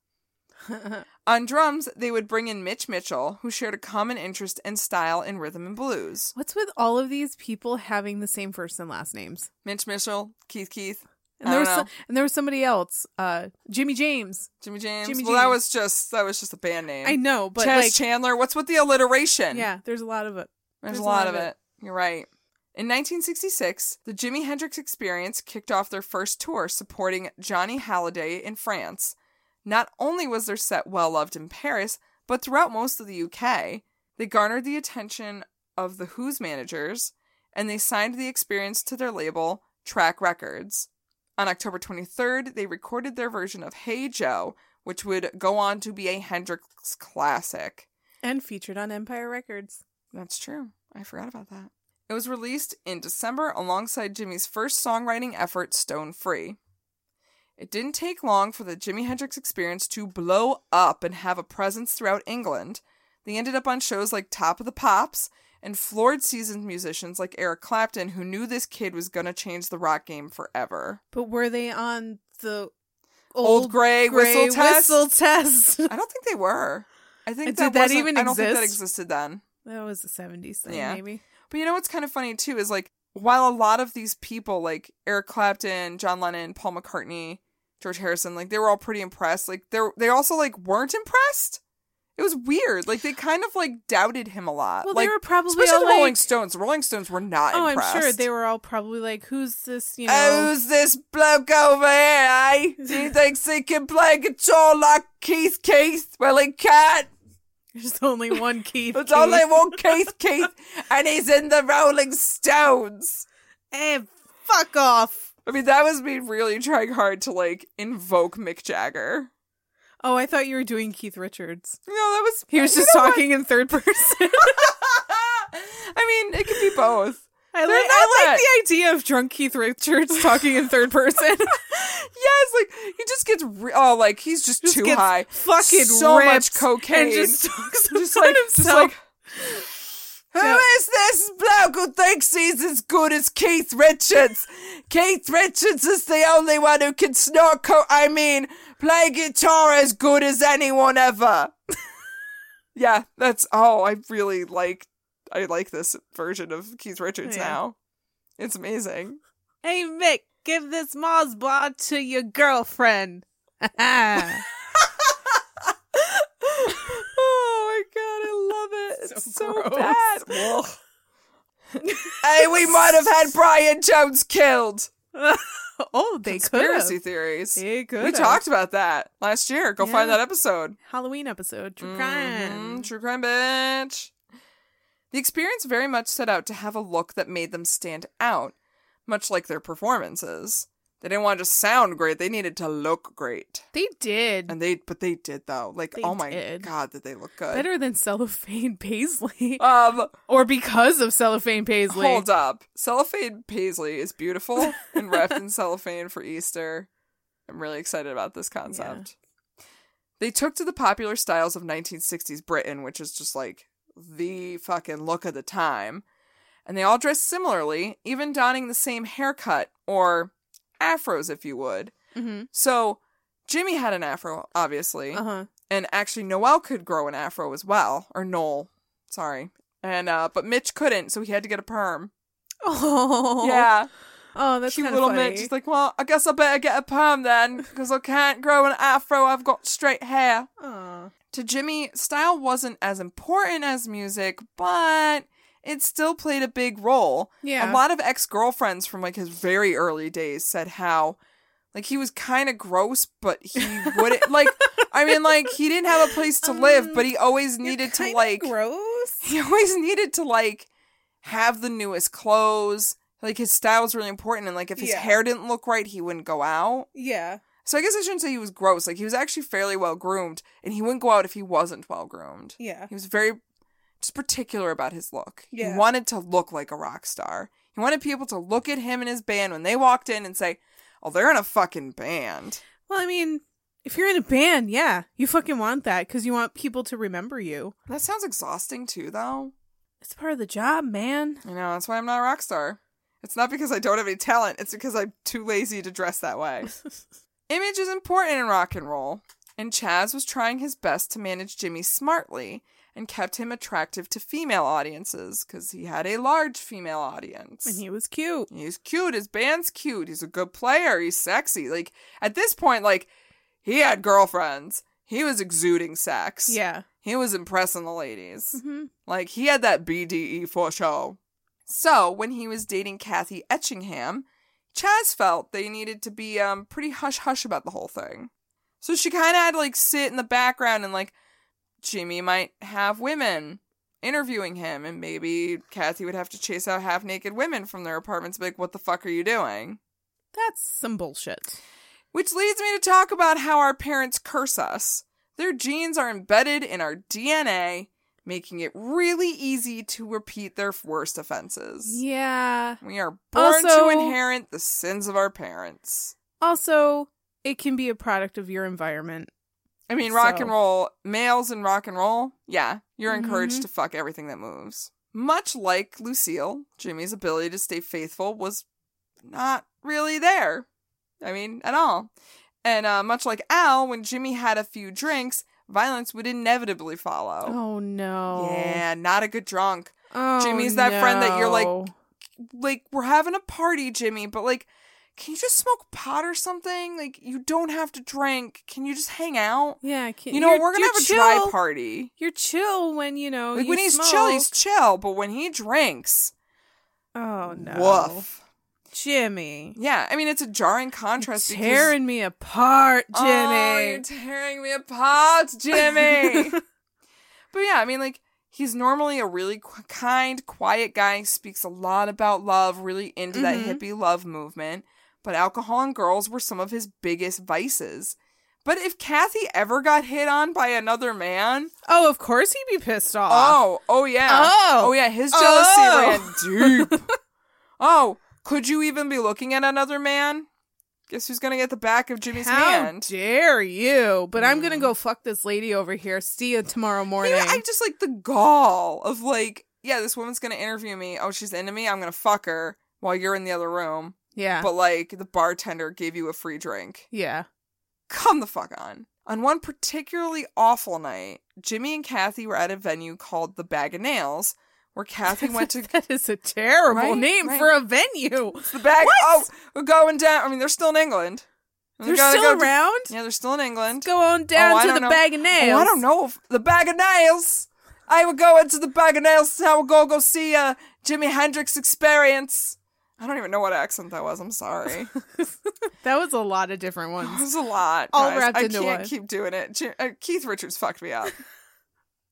Speaker 1: on drums, they would bring in Mitch Mitchell, who shared a common interest and style in rhythm and blues.
Speaker 2: What's with all of these people having the same first and last names?
Speaker 1: Mitch Mitchell, Keith Keith,
Speaker 2: And
Speaker 1: I
Speaker 2: there
Speaker 1: don't
Speaker 2: was so-
Speaker 1: know.
Speaker 2: and there was somebody else, uh, Jimmy James.
Speaker 1: Jimmy James.
Speaker 2: Jimmy
Speaker 1: well, that
Speaker 2: James.
Speaker 1: was just that was just a band name.
Speaker 2: I know, but
Speaker 1: Chaz
Speaker 2: like,
Speaker 1: Chandler. What's with the alliteration?
Speaker 2: yeah, there's a lot of uh, it.
Speaker 1: There's, a lot, of it. You're right. In 1966, the Jimi Hendrix Experience kicked off their first tour supporting Johnny Halliday in France. Not only was their set well loved in Paris, but throughout most of the UK. They garnered the attention of the Who's managers, and they signed the experience to their label, Track Records. On October 23rd, they recorded their version of Hey Joe, which would go on to be a Hendrix classic.
Speaker 2: And featured on Empire Records.
Speaker 1: That's true. I forgot about that. It was released in December alongside Jimmy's first songwriting effort, Stone Free. It didn't take long for the Jimi Hendrix experience to blow up and have a presence throughout England. They ended up on shows like Top of the Pops and floored seasoned musicians like Eric Clapton, who knew this kid was going to change the rock game forever.
Speaker 2: But were they on the
Speaker 1: Old Grey whistle test?
Speaker 2: whistle test? <laughs>
Speaker 1: I don't think they were. I think
Speaker 2: Did
Speaker 1: that,
Speaker 2: that
Speaker 1: wasn't-
Speaker 2: even
Speaker 1: I don't think that
Speaker 2: exist?
Speaker 1: existed then.
Speaker 2: that was the seventies thing,
Speaker 1: Yeah.
Speaker 2: maybe.
Speaker 1: But you know what's kind of funny too is like while a lot of these people like Eric Clapton, John Lennon, Paul McCartney, George Harrison, like they were all pretty impressed. Like they are they also like weren't impressed. It was weird. Like they kind of like doubted him a lot.
Speaker 2: Well,
Speaker 1: like,
Speaker 2: they were probably
Speaker 1: especially
Speaker 2: all
Speaker 1: the Rolling
Speaker 2: like-
Speaker 1: Stones. The Rolling Stones were not
Speaker 2: Oh,
Speaker 1: impressed.
Speaker 2: I'm sure they were all probably like, "Who's this?" You
Speaker 1: Oh,
Speaker 2: know,
Speaker 1: Who's this bloke over here, eh?
Speaker 2: <laughs>
Speaker 1: He thinks he can play guitar like Keith Keith. Well, he can't.
Speaker 2: <laughs> there's only one Keith.
Speaker 1: It's
Speaker 2: Keith.
Speaker 1: only one Keith Keith, and he's in the Rolling Stones.
Speaker 2: Hey, fuck off!
Speaker 1: I mean, that was me really trying hard to like invoke Mick Jagger.
Speaker 2: Oh, I thought you were doing Keith Richards.
Speaker 1: No, that was
Speaker 2: He was
Speaker 1: you
Speaker 2: just
Speaker 1: know what? Ah!
Speaker 2: talking in third person. <laughs>
Speaker 1: I mean, it could be both. They're
Speaker 2: I, like
Speaker 1: not
Speaker 2: I like
Speaker 1: that-
Speaker 2: the idea of drunk Keith Richards talking in
Speaker 1: <laughs>
Speaker 2: third person.
Speaker 1: Yes, like he just gets re- oh, like he's just,
Speaker 2: Just
Speaker 1: too
Speaker 2: gets
Speaker 1: high,
Speaker 2: fucking
Speaker 1: so much
Speaker 2: ripped
Speaker 1: cocaine,
Speaker 2: and just talks
Speaker 1: <laughs> Just
Speaker 2: about
Speaker 1: like, just
Speaker 2: himself.
Speaker 1: like. Who is
Speaker 2: <laughs> Yeah.
Speaker 1: this bloke who thinks he's as good as Keith Richards? <laughs> Keith Richards is the only one who can snort co- I mean, play guitar as good as anyone ever. <laughs> yeah, that's oh, I really like I like this version of Keith Richards
Speaker 2: Yeah.
Speaker 1: now. It's amazing.
Speaker 2: Hey Mick, give this Mars bar to your girlfriend. <laughs> oh
Speaker 1: oh my
Speaker 2: <laughs>
Speaker 1: god, I love it. It's so,
Speaker 2: gross.
Speaker 1: bad. hey,
Speaker 2: <laughs>
Speaker 1: we might have had Brian Jones killed.
Speaker 2: they
Speaker 1: Conspiracy
Speaker 2: could.
Speaker 1: theories.
Speaker 2: They could.
Speaker 1: We talked about that last year. Go find
Speaker 2: Yeah.
Speaker 1: that episode.
Speaker 2: Halloween episode. True
Speaker 1: Mhm,
Speaker 2: crime.
Speaker 1: True crime, bitch. The experience very much set out to have a look that made them stand out, much like their performances. They didn't want to just sound great; they needed to look great.
Speaker 2: They did
Speaker 1: And they, but they did though. Like,
Speaker 2: They
Speaker 1: oh my
Speaker 2: did.
Speaker 1: god, did they look good?
Speaker 2: better than cellophane paisley,
Speaker 1: Um,
Speaker 2: or because of cellophane paisley.
Speaker 1: hold up, cellophane paisley is beautiful and wrapped in cellophane for Easter. I'm really excited about this concept. They took to the popular styles of 1960s Britain, which is just like the fucking look of the time. And they all dressed similarly, even donning the same haircut or afros, if you would.
Speaker 2: hmm
Speaker 1: So Jimmy had an afro, obviously.
Speaker 2: Uh huh.
Speaker 1: And actually, Noel could grow an afro as well, or Noel, sorry. And uh, but Mitch couldn't, so he had to get a perm.
Speaker 2: Oh
Speaker 1: Yeah,
Speaker 2: Oh, that's
Speaker 1: cute
Speaker 2: kind
Speaker 1: little
Speaker 2: of funny.
Speaker 1: Mitch is like, well, I guess I better get a perm then, because I can't grow an afro. I've got straight hair.
Speaker 2: Aw.
Speaker 1: To Jimmy, style wasn't as important as music, but it still played a big role.
Speaker 2: yeah.
Speaker 1: A lot of ex girlfriends from like his very early days said how like he was kind of gross, but
Speaker 2: <laughs>
Speaker 1: he wouldn't like. I mean, like he didn't have a place to live,
Speaker 2: Um,
Speaker 1: but he always
Speaker 2: You're
Speaker 1: needed to
Speaker 2: kinda
Speaker 1: like.
Speaker 2: gross.
Speaker 1: <laughs> He always needed to like have the newest clothes. Like his style was really important, and like if his
Speaker 2: Yeah.
Speaker 1: hair didn't look right, he wouldn't go out.
Speaker 2: Yeah.
Speaker 1: So I guess I shouldn't say he was gross. Like he was actually fairly well groomed, and he wouldn't go out if he wasn't well groomed.
Speaker 2: Yeah.
Speaker 1: He was very just particular about his look.
Speaker 2: Yeah.
Speaker 1: He wanted to look like a rock star. He wanted people to look at him and his band when they walked in and say, "Oh, they're in a fucking band."
Speaker 2: Well, I mean, if you're in a band, yeah, you fucking want that because you want people to remember you.
Speaker 1: That sounds exhausting too, though.
Speaker 2: It's part of the job, man. <laughs>
Speaker 1: You know, that's why I'm not a rock star. It's not because I don't have any talent. It's because I'm too lazy to dress that way. Image is important in rock and roll, and Chaz was trying his best to manage Jimmy smartly and kept him attractive to female audiences because he had a large female audience.
Speaker 2: And he was cute.
Speaker 1: He's cute. His band's cute. He's a good player. He's sexy. Like at this point, like he had girlfriends. He was exuding sex.
Speaker 2: Yeah.
Speaker 1: He was impressing the ladies.
Speaker 2: hmm
Speaker 1: Like he had that BDE for show. So when he was dating Kathy Etchingham, Chaz felt they needed to be um pretty hush hush about the whole thing. So she kind of had to like sit in the background and like Jimmy might have women interviewing him, and maybe Kathy would have to chase out half naked women from their apartments. and be Like, what the fuck are you doing?
Speaker 2: That's some bullshit.
Speaker 1: Which leads me to talk about how our parents curse us. Their genes are embedded in our DNA, making it really easy to repeat their worst offenses.
Speaker 2: Yeah.
Speaker 1: We are born
Speaker 2: Also-
Speaker 1: to inherit the sins of our parents.
Speaker 2: Also, it can be a product of your environment.
Speaker 1: I mean, rock
Speaker 2: So-
Speaker 1: and roll, males in rock and roll, yeah, you're
Speaker 2: Mhm.
Speaker 1: encouraged to fuck everything that moves. Much like Lucille, Jimmy's ability to stay faithful was not really there. I mean, at all. And uh, much like Al, when Jimmy had a few drinks, violence would inevitably follow.
Speaker 2: Oh no.
Speaker 1: Yeah, not a good drunk.
Speaker 2: Oh,
Speaker 1: Jimmy's that friend that you're like-
Speaker 2: no.
Speaker 1: Like, we're having a party, Jimmy, but like, can you just smoke pot or something? Like, you don't have to drink. Can you just hang out?
Speaker 2: Yeah, can,
Speaker 1: You know,
Speaker 2: you're-
Speaker 1: we're going to
Speaker 2: you're
Speaker 1: have a
Speaker 2: chill.
Speaker 1: dry party.
Speaker 2: You're chill when you know.
Speaker 1: Like,
Speaker 2: Oh, you
Speaker 1: when he's
Speaker 2: smoke.
Speaker 1: chill, he's chill, but when he drinks,
Speaker 2: Oh no.
Speaker 1: woof.
Speaker 2: Jimmy.
Speaker 1: Yeah, I mean, it's a jarring contrast. because-
Speaker 2: Tearing me apart, Jimmy.
Speaker 1: Oh, you're tearing me apart,
Speaker 2: <laughs>
Speaker 1: Jimmy. but yeah, I mean, like, he's normally a really qu- kind, quiet guy, speaks a lot about love, really into that
Speaker 2: Mhm.
Speaker 1: hippie love movement. But alcohol and girls were some of his biggest vices. But if Kathy ever got hit on by another man,
Speaker 2: oh, of course he'd be pissed off.
Speaker 1: oh, oh yeah,
Speaker 2: Oh.
Speaker 1: yeah, his
Speaker 2: Oh.
Speaker 1: jealousy ran deep.
Speaker 2: <laughs>
Speaker 1: oh, could you even be looking at another man? Guess who's gonna get the back of Jimmy's
Speaker 2: How
Speaker 1: hand?
Speaker 2: dare you? But I'm gonna go fuck this lady over here. See you tomorrow morning.
Speaker 1: Mm. Yeah, I just like the gall of like, yeah, this woman's gonna interview me. Oh, she's into me. I'm gonna fuck her while you're in the other room.
Speaker 2: yeah,
Speaker 1: But like, the bartender gave you a free drink.
Speaker 2: yeah. <laughs>
Speaker 1: Come the fuck on. On one particularly awful night, Jimmy and Kathy were at a venue called the Bag of Nails, where
Speaker 2: <laughs>
Speaker 1: Kathy went to
Speaker 2: that is a terrible
Speaker 1: Right,
Speaker 2: name
Speaker 1: right.
Speaker 2: for a venue.
Speaker 1: the bag. Oh, we're going down. I mean, they're still in England. We
Speaker 2: They're
Speaker 1: gotta
Speaker 2: still
Speaker 1: go to-
Speaker 2: around.
Speaker 1: yeah, they're still in England.
Speaker 2: Go on down
Speaker 1: Oh, I
Speaker 2: to
Speaker 1: don't
Speaker 2: the
Speaker 1: know.
Speaker 2: bag of nails.
Speaker 1: Oh, I don't know. If the bag of nails. I would go into the bag of nails and I would go go see uh, Jimi Hendrix experience. I don't even know what accent that was. I'm sorry. <laughs>
Speaker 2: That was a lot of different
Speaker 1: It <gasps>
Speaker 2: ones.
Speaker 1: was a lot.
Speaker 2: All
Speaker 1: guys.
Speaker 2: wrapped
Speaker 1: I
Speaker 2: into
Speaker 1: can't
Speaker 2: one.
Speaker 1: keep doing it. Ji- uh, Keith Richards fucked me up.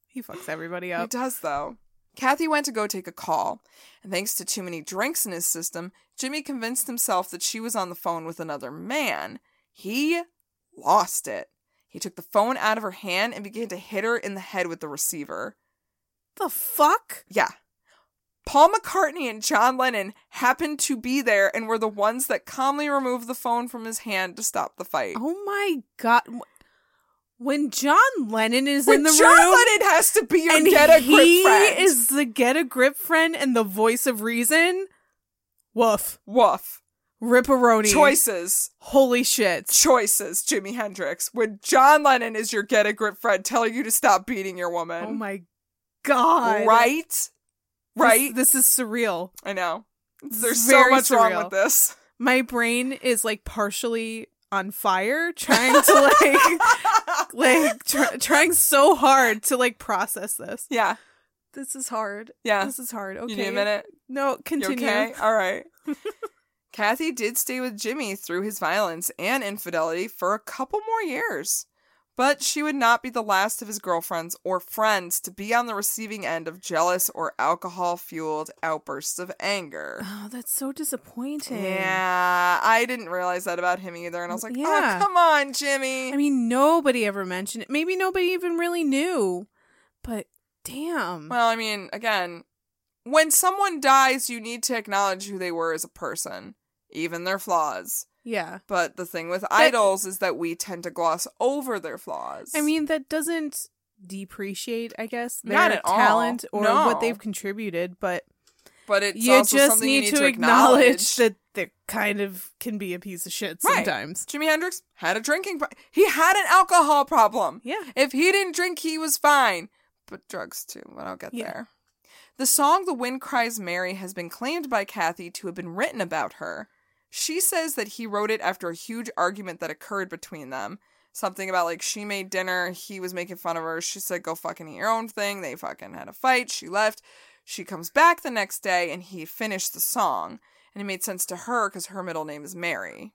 Speaker 2: He fucks everybody
Speaker 1: He
Speaker 2: up.
Speaker 1: does, though. Kathy went to go take a call, and thanks to too many drinks in his system, Jimmy convinced himself that she was on the phone with another man. He lost it. He took the phone out of her hand and began to hit her in the head with the receiver.
Speaker 2: the fuck?
Speaker 1: Yeah. Paul McCartney and John Lennon happened to be there and were the ones that calmly removed the phone from his hand to stop the fight.
Speaker 2: Oh my god. When John Lennon is
Speaker 1: When
Speaker 2: in the
Speaker 1: John
Speaker 2: room
Speaker 1: Lennon has to be your
Speaker 2: and
Speaker 1: get a grip
Speaker 2: he
Speaker 1: friend.
Speaker 2: is the get a grip friend and the voice of reason, woof,
Speaker 1: woof.
Speaker 2: ripperoni,
Speaker 1: Choices.
Speaker 2: holy shit.
Speaker 1: Choices, Jimi Hendrix. When John Lennon is your get a grip friend telling you to stop beating your woman.
Speaker 2: Oh my god!
Speaker 1: Right?
Speaker 2: This-
Speaker 1: Right?
Speaker 2: This, is surreal.
Speaker 1: I know.
Speaker 2: This
Speaker 1: There's
Speaker 2: is
Speaker 1: so
Speaker 2: very
Speaker 1: much wrong
Speaker 2: surreal.
Speaker 1: with this. <laughs>
Speaker 2: My brain is like partially on fire, trying to
Speaker 1: <laughs>
Speaker 2: like, like tr- trying so hard to like process this.
Speaker 1: yeah.
Speaker 2: This is hard.
Speaker 1: Yeah.
Speaker 2: This is hard. Okay.
Speaker 1: You need a minute?
Speaker 2: No,
Speaker 1: You
Speaker 2: continue.
Speaker 1: okay? All
Speaker 2: <laughs>
Speaker 1: right. Kathy did stay with Jimmy through his violence and infidelity for a couple more years. But she would not be the last of his girlfriends or friends to be on the receiving end of jealous or alcohol fueled outbursts of anger.
Speaker 2: Oh, that's so disappointing.
Speaker 1: Yeah, I didn't realize that about him either. And I was like,
Speaker 2: Yeah.
Speaker 1: oh, come on, Jimmy.
Speaker 2: I mean, nobody ever mentioned it. Maybe nobody even really knew. But damn.
Speaker 1: well, I mean, again, when someone dies, you need to acknowledge who they were as a person, even their flaws.
Speaker 2: yeah.
Speaker 1: But the thing with idols is that we tend to gloss over their flaws.
Speaker 2: I mean, that doesn't depreciate, I guess, their
Speaker 1: Not at all.
Speaker 2: talent or
Speaker 1: No.
Speaker 2: what they've contributed, but
Speaker 1: but it's
Speaker 2: you
Speaker 1: also
Speaker 2: just
Speaker 1: something
Speaker 2: need,
Speaker 1: you need
Speaker 2: to acknowledge, that they kind of can be a piece of shit
Speaker 1: Right.
Speaker 2: sometimes.
Speaker 1: Jimi Hendrix had a drinking. Pro- he had an alcohol problem.
Speaker 2: Yeah.
Speaker 1: If he didn't drink, he was fine. But drugs too, but I'll get
Speaker 2: Yeah.
Speaker 1: there. The song The Wind Cries Mary has been claimed by Kathy to have been written about her. She says that he wrote it after a huge argument that occurred between them. Something about like she made dinner, he was making fun of her. She said, Go fucking eat your own thing. They fucking had a fight. She left. She comes back the next day and he finished the song. And it made sense to her because her middle name is Mary.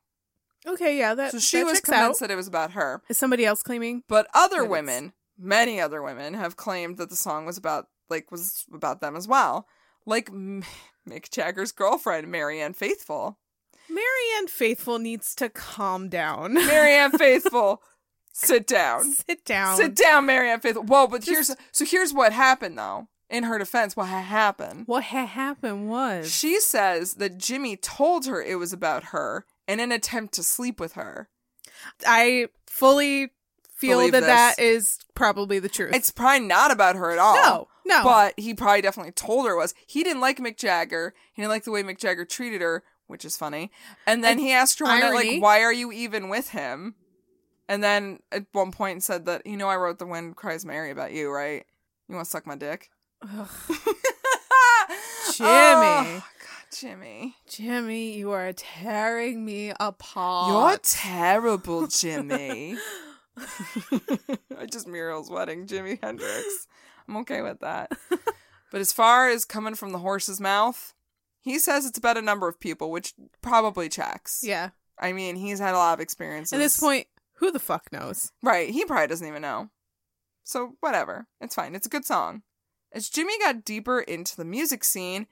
Speaker 2: Okay, yeah, that,
Speaker 1: so she
Speaker 2: that
Speaker 1: was
Speaker 2: checks out.
Speaker 1: convinced that it was about her.
Speaker 2: Is somebody else claiming?
Speaker 1: But other
Speaker 2: That it's-
Speaker 1: women, many other women, have claimed that the song was about like was about them as well, like M- Mick Jagger's girlfriend Marianne Faithful.
Speaker 2: Marianne Faithful needs to calm down.
Speaker 1: Marianne Faithful, sit down,
Speaker 2: <laughs> Sit down.
Speaker 1: sit down, Marianne Faithful. Whoa, but here's
Speaker 2: Just-
Speaker 1: so here's what happened though. In her defense, what ha- happened?
Speaker 2: What ha- happened was.
Speaker 1: She says that Jimmy told her it was about her in an attempt to sleep with her.
Speaker 2: I fully feel
Speaker 1: Believe
Speaker 2: that
Speaker 1: this.
Speaker 2: that is probably the truth.
Speaker 1: It's probably not about her at all.
Speaker 2: No. No.
Speaker 1: But he probably definitely told her it was. He didn't like Mick Jagger. He didn't like the way Mick Jagger treated her, which is funny. And then
Speaker 2: And
Speaker 1: he asked her one night,
Speaker 2: irony.
Speaker 1: like, why are you even with him? And then at one point said that, you know, I wrote The Wind Cries Mary about you, right? You want to suck my dick?
Speaker 2: Ugh,
Speaker 1: Jimmy. Oh, God, Jimmy.
Speaker 2: <laughs> Jimmy, you are tearing me
Speaker 1: You're
Speaker 2: apart.
Speaker 1: terrible, Jimmy. I <laughs> just Muriel's wedding, Jimi Hendrix. I'm okay with that.
Speaker 2: <laughs>
Speaker 1: But as far as coming from the horse's mouth, he says it's about a number of people, which probably checks.
Speaker 2: <laughs>
Speaker 1: <laughs>
Speaker 2: yeah.
Speaker 1: I mean, he's had a lot of experiences.
Speaker 2: At this point, who the fuck knows?
Speaker 1: Right. He probably doesn't even know. So, whatever. It's fine. It's a good song. As Jimmy got deeper into the music scene,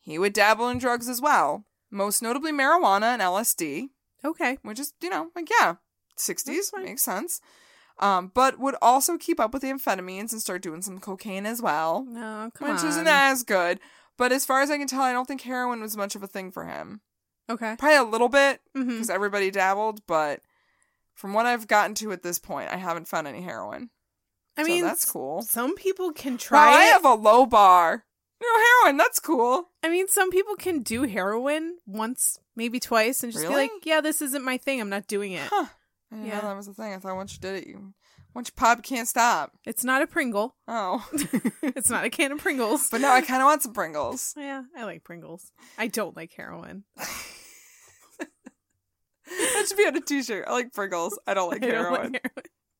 Speaker 1: he would dabble in drugs as well, most notably marijuana and LSD
Speaker 2: Okay.
Speaker 1: which is you know like yeah 60s makes sense um, but would also keep up with the amphetamines and start doing some cocaine as well
Speaker 2: No, come
Speaker 1: which
Speaker 2: on.
Speaker 1: isn't as good but as far as i can tell i don't think heroin was much of a thing for him
Speaker 2: Okay.
Speaker 1: probably a little bit
Speaker 2: Mm-hmm.
Speaker 1: because everybody dabbled but from what i've gotten to at this point i haven't found any heroin
Speaker 2: I
Speaker 1: so
Speaker 2: mean,
Speaker 1: that's cool
Speaker 2: some people can try.
Speaker 1: Wow, i
Speaker 2: it.
Speaker 1: have a low bar no heroin that's cool
Speaker 2: I mean, some people can do heroin once, maybe twice, and just be
Speaker 1: Really?
Speaker 2: like, "Yeah, this isn't my thing. I'm not doing it.
Speaker 1: huh i didn't
Speaker 2: Yeah.
Speaker 1: know that was the thing i thought once you did it you once you pop you can't stop
Speaker 2: It's not a Pringle.
Speaker 1: <laughs>
Speaker 2: <laughs>
Speaker 1: oh
Speaker 2: it's not a can of Pringles."
Speaker 1: but now i kind of want some pringles
Speaker 2: yeah, I like Pringles. I don't like heroin.
Speaker 1: That should be on a t-shirt. I like Pringles. I don't like
Speaker 2: <laughs> I
Speaker 1: heroin.
Speaker 2: don't like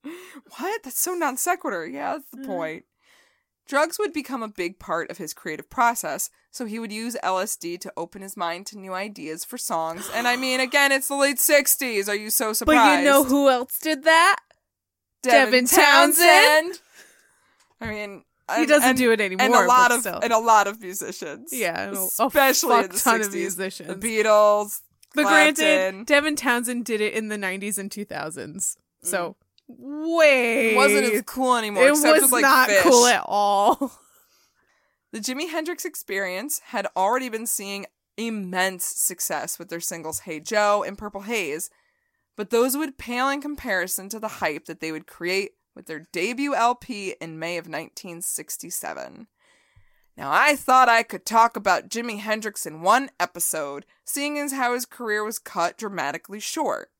Speaker 2: heroin.
Speaker 1: what? That's so non sequitur. Yeah, that's
Speaker 2: Mm.
Speaker 1: the point. Drugs would become a big part of his creative process, so he would use LSD to open his mind to new ideas for songs. And I mean, again, it's the late 60s. Are you so surprised?
Speaker 2: But you know who else did that? Devin Townsend?
Speaker 1: I mean,
Speaker 2: He
Speaker 1: and-
Speaker 2: doesn't
Speaker 1: and-
Speaker 2: do it anymore.
Speaker 1: And a lot
Speaker 2: but
Speaker 1: of
Speaker 2: still.
Speaker 1: and a lot of musicians.
Speaker 2: Yeah, and a- a
Speaker 1: especially in
Speaker 2: fuck
Speaker 1: the
Speaker 2: ton of
Speaker 1: 60s.
Speaker 2: musicians.
Speaker 1: The Beatles.
Speaker 2: but
Speaker 1: Clapton.
Speaker 2: granted, Devin Townsend did it in the '90s and 2000s, so way
Speaker 1: It wasn't as cool anymore.
Speaker 2: It
Speaker 1: except
Speaker 2: was
Speaker 1: with, like,
Speaker 2: not
Speaker 1: fish.
Speaker 2: cool at all. <laughs>
Speaker 1: The Jimi Hendrix Experience had already been seeing immense success with their singles Hey Joe and Purple Haze, but those would pale in comparison to the hype that they would create with their debut LP in May of 1967. Now, I thought I could talk about Jimi Hendrix in one episode, seeing as how his career was cut dramatically short.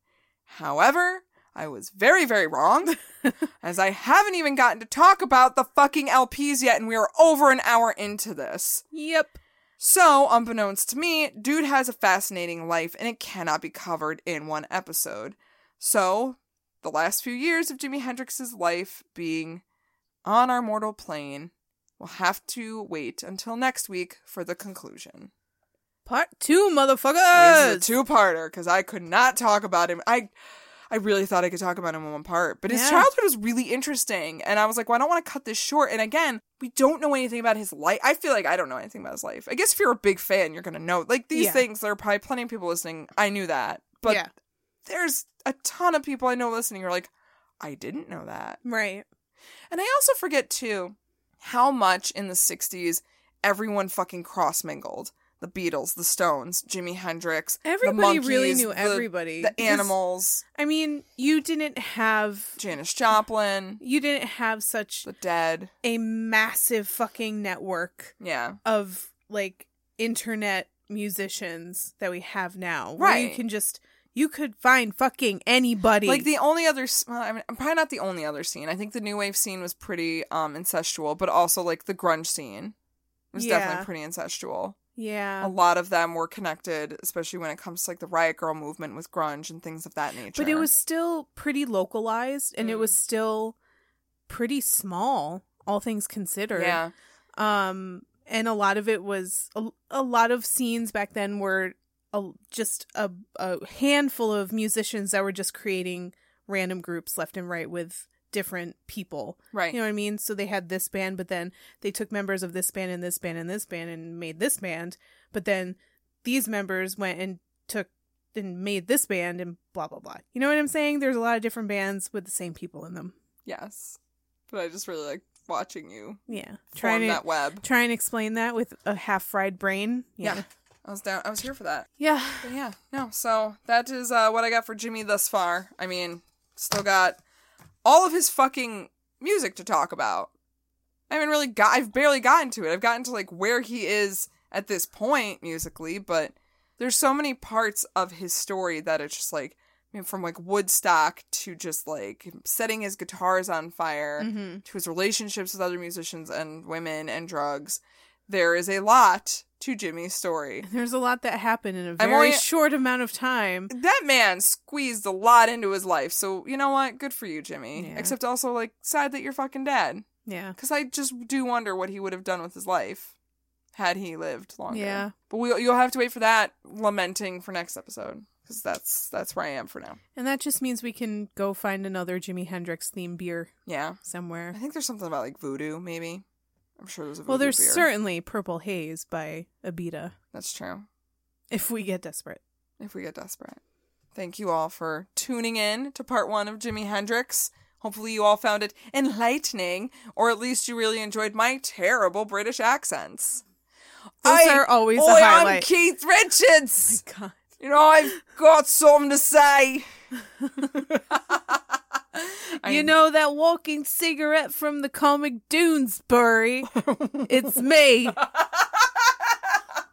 Speaker 1: However, I was very, very wrong, <laughs> as I haven't even gotten to talk about the fucking LPs yet, and we are over an hour into this.
Speaker 2: Yep.
Speaker 1: So, unbeknownst to me, Dude has a fascinating life, and it cannot be covered in one episode. So, the last few years of Jimi Hendrix's life being on our mortal plane will have to wait until next week for the conclusion.
Speaker 2: Part two,
Speaker 1: This is a
Speaker 2: motherfuckers.
Speaker 1: two-parter because I could not talk about him. I, I really thought I could talk about him in one part, but his
Speaker 2: Yeah.
Speaker 1: childhood was really interesting, and I was like, well, I don't want to cut this short. And again, we don't know anything about his life. I feel like I don't know anything about his life. I guess if you're a big fan, you're gonna know. Like these
Speaker 2: Yeah.
Speaker 1: things, there are probably plenty of people listening. I knew that, but
Speaker 2: yeah,
Speaker 1: there's a ton of people I know listening. who are like, I didn't know that.
Speaker 2: right.
Speaker 1: And I also forget too how much in the 60s everyone fucking cross mingled. The Beatles, the Stones, Jimi Hendrix, the
Speaker 2: Everybody
Speaker 1: monkeys,
Speaker 2: really knew
Speaker 1: the-
Speaker 2: everybody.
Speaker 1: the
Speaker 2: because,
Speaker 1: animals,
Speaker 2: I mean, you didn't have
Speaker 1: Janis Joplin,
Speaker 2: you didn't have such
Speaker 1: the Dead.
Speaker 2: a massive fucking network
Speaker 1: Yeah,
Speaker 2: of like internet musicians that we have now. Where you
Speaker 1: Right.
Speaker 2: can just you could find fucking anybody.
Speaker 1: like the only other, s- well, I mean, probably not the only other scene. I think the new wave scene was pretty um incestual, but also like the grunge scene was
Speaker 2: Yeah.
Speaker 1: definitely pretty incestual. a
Speaker 2: yeah.
Speaker 1: lot of them were connected, especially when it comes to like the Riot Girl movement with grunge and things of that nature.
Speaker 2: But it was still pretty localized and it
Speaker 1: Mm.
Speaker 2: was still pretty small, all things considered.
Speaker 1: yeah,
Speaker 2: um and a lot of it was a, a lot of scenes back then were a, just a, a handful of musicians that were just creating random groups left and right with different people
Speaker 1: right.
Speaker 2: you know what i mean so they had this band but then they took members of this band and this band and this band and made this band but then these members went and took and made this band and blah blah blah you know what i'm saying there's a lot of different bands with the same people in them
Speaker 1: yes, but I just really like watching you
Speaker 2: yeah
Speaker 1: form
Speaker 2: trying to
Speaker 1: that web.
Speaker 2: try and explain that with a half fried brain.
Speaker 1: Yeah. I was down. I was here for that.
Speaker 2: Yeah.
Speaker 1: But yeah, no. So that is uh, what I got for Jimmy thus far. I mean, still got all of his fucking music to talk about. I haven't really got. I've barely gotten to it. I've gotten to like where he is at this point musically, but there's so many parts of his story that it's just like, I mean, from like Woodstock to just like setting his guitars on fire
Speaker 2: Mhm.
Speaker 1: to his relationships with other musicians and women and drugs. There is a lot to Jimmy's story.
Speaker 2: <laughs> There's a lot that happened in a very
Speaker 1: only-
Speaker 2: <laughs> short amount of time.
Speaker 1: that man squeezed a lot into his life. So you know what? Good for you, Jimmy.
Speaker 2: Yeah.
Speaker 1: Except also like sad that you're fucking dead.
Speaker 2: Yeah.
Speaker 1: Because I just do wonder what he would have done with his life had he lived longer.
Speaker 2: Yeah.
Speaker 1: But we you'll have to wait for that lamenting for next episode because that's that's where I am for now.
Speaker 2: And that just means we can go find another Jimi Hendrix themed beer
Speaker 1: Yeah. <laughs>
Speaker 2: somewhere.
Speaker 1: I think there's something about like voodoo, maybe. I'm sure there's a voodoo
Speaker 2: Well, there's
Speaker 1: beer.
Speaker 2: certainly Purple Haze by Abita
Speaker 1: That's true.
Speaker 2: if we get desperate.
Speaker 1: if we get desperate. Thank you all for tuning in to part one of Jimi Hendrix. Hopefully, you all found it enlightening, or at least you really enjoyed my terrible British accents.
Speaker 2: Those are always a
Speaker 1: Oi, I'm
Speaker 2: highlight.
Speaker 1: Keith Richards.
Speaker 2: <laughs> God.
Speaker 1: You know, I've got something to say. <laughs>
Speaker 2: you know that walking cigarette from the comic Doonesbury? it's me.
Speaker 1: What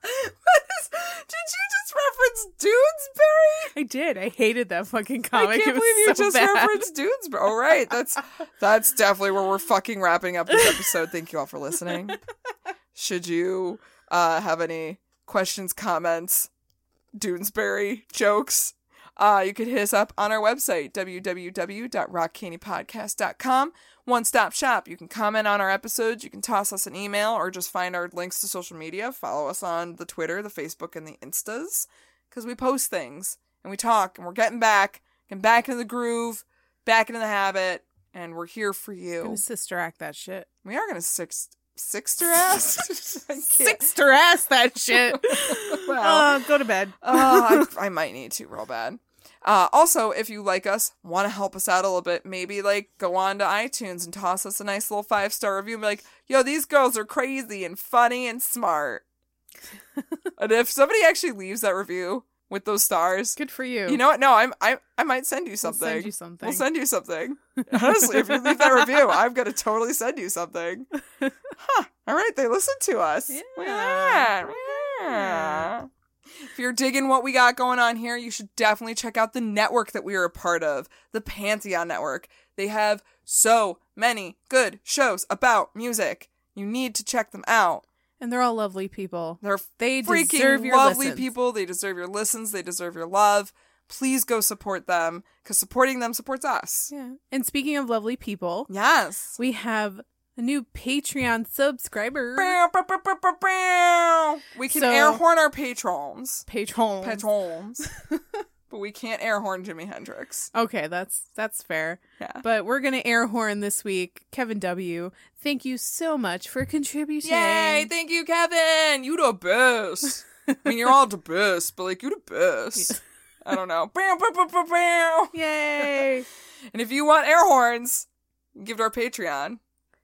Speaker 1: is, did you just reference Doonesbury?
Speaker 2: <laughs> I did. I hated that fucking comic.
Speaker 1: I
Speaker 2: It
Speaker 1: can't
Speaker 2: was
Speaker 1: believe you
Speaker 2: so
Speaker 1: just
Speaker 2: bad. <laughs>
Speaker 1: referenced Doonesbury. All right, that's that's definitely where we're fucking wrapping up this episode. Thank you all for listening. Should you uh, have any questions, comments, Doonesbury jokes? Uh, you can hit us up on our website, www.rockcandypodcast.com. One stop shop. You can comment on our episodes. You can toss us an email or just find our links to social media. Follow us on the Twitter, the Facebook, and the Instas because we post things and we talk and we're getting back and back into the groove, back into the habit, and we're here for
Speaker 2: I'm
Speaker 1: you.
Speaker 2: gonna sister act that shit.
Speaker 1: We are gonna six sixter ass. <laughs> I can't-
Speaker 2: Sister ass that <laughs> shit.
Speaker 1: Well.
Speaker 2: Uh, go to bed.
Speaker 1: oh, I, I might need to real bad. Uh, also, if you like us, want to help us out a little bit, maybe like go on to iTunes and toss us a nice little five star review. And be like, yo, these girls are crazy and funny and smart. and if somebody actually leaves that review with those stars,
Speaker 2: Good for you.
Speaker 1: you know what? No, I'm I I might send you
Speaker 2: We'll
Speaker 1: something.
Speaker 2: send you something.
Speaker 1: We'll send you
Speaker 2: <laughs>
Speaker 1: something. Honestly, if you leave that review, I'm gonna totally send you
Speaker 2: <laughs>
Speaker 1: something. Huh. All right, they listen to us. Look at that. Yeah. If you're digging what we got going on here, you should definitely check out the network that we are a part of, the Pantheon Network. They have so many good shows about music. You need to check them out.
Speaker 2: and they're all lovely people.
Speaker 1: They're
Speaker 2: They
Speaker 1: freaking
Speaker 2: deserve your
Speaker 1: lovely
Speaker 2: listens.
Speaker 1: people. They deserve your listens. They deserve your love. Please go support them because supporting them supports us.
Speaker 2: Yeah. And speaking of lovely people,
Speaker 1: Yes.
Speaker 2: we have a new Patreon subscriber.
Speaker 1: Bow, bow, bow, bow, bow, bow. We can
Speaker 2: So-
Speaker 1: air horn our patrons,
Speaker 2: Patron.
Speaker 1: patrons,
Speaker 2: <laughs>
Speaker 1: but we can't air horn Jimi Hendrix.
Speaker 2: Okay, that's that's fair.
Speaker 1: Yeah.
Speaker 2: But we're gonna air horn this week. Kevin W. Thank you so much for contributing.
Speaker 1: Yay! Thank you, Kevin. You the best. I mean, you're all the best, but like you the best. I don't know. Bow, bow, bow, bow, bow. <laughs>
Speaker 2: Yay!
Speaker 1: And if you want air horns, give to our Patreon.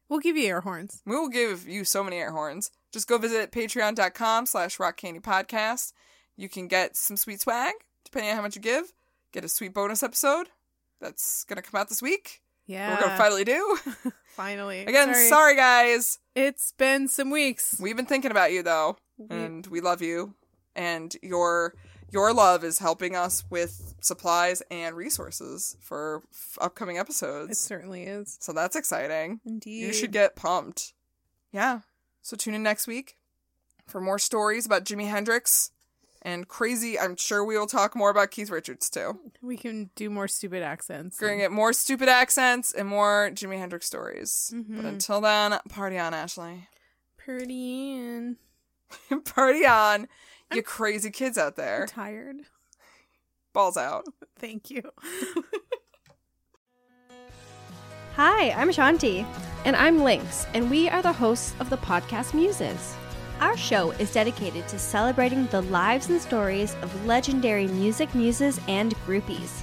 Speaker 2: we'll give you air horns.
Speaker 1: We will give you so many air horns. Just go visit patreon.com slash rockcandypodcast. You can get some sweet swag, depending on how much you give. Get a sweet bonus episode that's going to come out this week.
Speaker 2: Yeah.
Speaker 1: We're going to finally do. <laughs>
Speaker 2: finally.
Speaker 1: Again, sorry, guys.
Speaker 2: It's been some weeks.
Speaker 1: We've been thinking about you, though, and we love you. And your your love is helping us with supplies and resources for f- upcoming
Speaker 2: It
Speaker 1: episodes.
Speaker 2: certainly is.
Speaker 1: So that's exciting.
Speaker 2: Indeed.
Speaker 1: You should get pumped. Yeah. So tune in next week for more stories about Jimi Hendrix and crazy. I'm sure we will talk more about Keith Richards too.
Speaker 2: We can do more stupid accents.
Speaker 1: We're going to get more stupid accents and more Jimi Hendrix stories. But until then, party on, Ashley. <laughs>
Speaker 2: Pretty and
Speaker 1: party on, you crazy kids out there.
Speaker 2: tired.
Speaker 1: Balls out.
Speaker 2: Thank <laughs> you.
Speaker 3: Hi, I'm Shanti. And I'm Lynx, and we are the hosts of the podcast Muses. Our show is dedicated to celebrating the lives and stories of legendary music muses and groupies.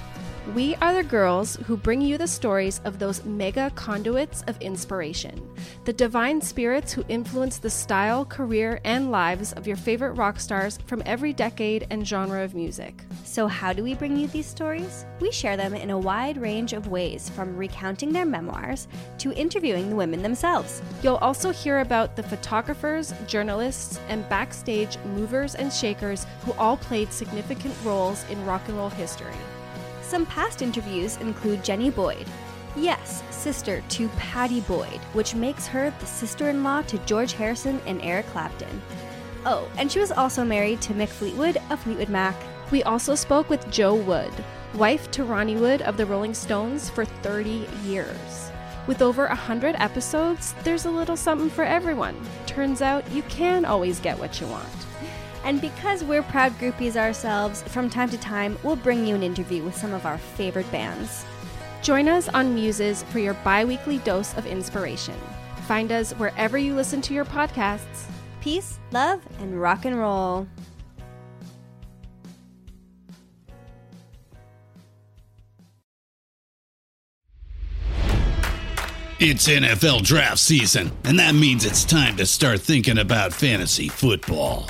Speaker 3: We are the girls who bring you the stories of those mega conduits of inspiration, the divine spirits who influence the style, career, and lives of your favorite rock stars from every decade and genre of music.
Speaker 4: So, how do we bring you these stories? We share them in a wide range of ways, from recounting their memoirs to interviewing the women themselves.
Speaker 3: You'll also hear about the photographers, journalists, and backstage movers and shakers who all played significant roles in rock and roll history.
Speaker 4: Some past interviews include Jenny Boyd. Yes, sister to Patty Boyd, which makes her the sister in law to George Harrison and Eric Clapton. Oh, and she was also married to Mick Fleetwood of Fleetwood Mac.
Speaker 3: We also spoke with Joe Wood, wife to Ronnie Wood of the Rolling Stones for 30 years. With over 100 episodes, there's a little something for everyone. Turns out you can always get what you want.
Speaker 4: And because we're proud groupies ourselves, from time to time we'll bring you an interview with some of our favorite bands.
Speaker 3: Join us on Muses for your bi weekly dose of inspiration. Find us wherever you listen to your podcasts.
Speaker 4: Peace, love, and rock and roll.
Speaker 5: It's NFL draft season, and that means it's time to start thinking about fantasy football.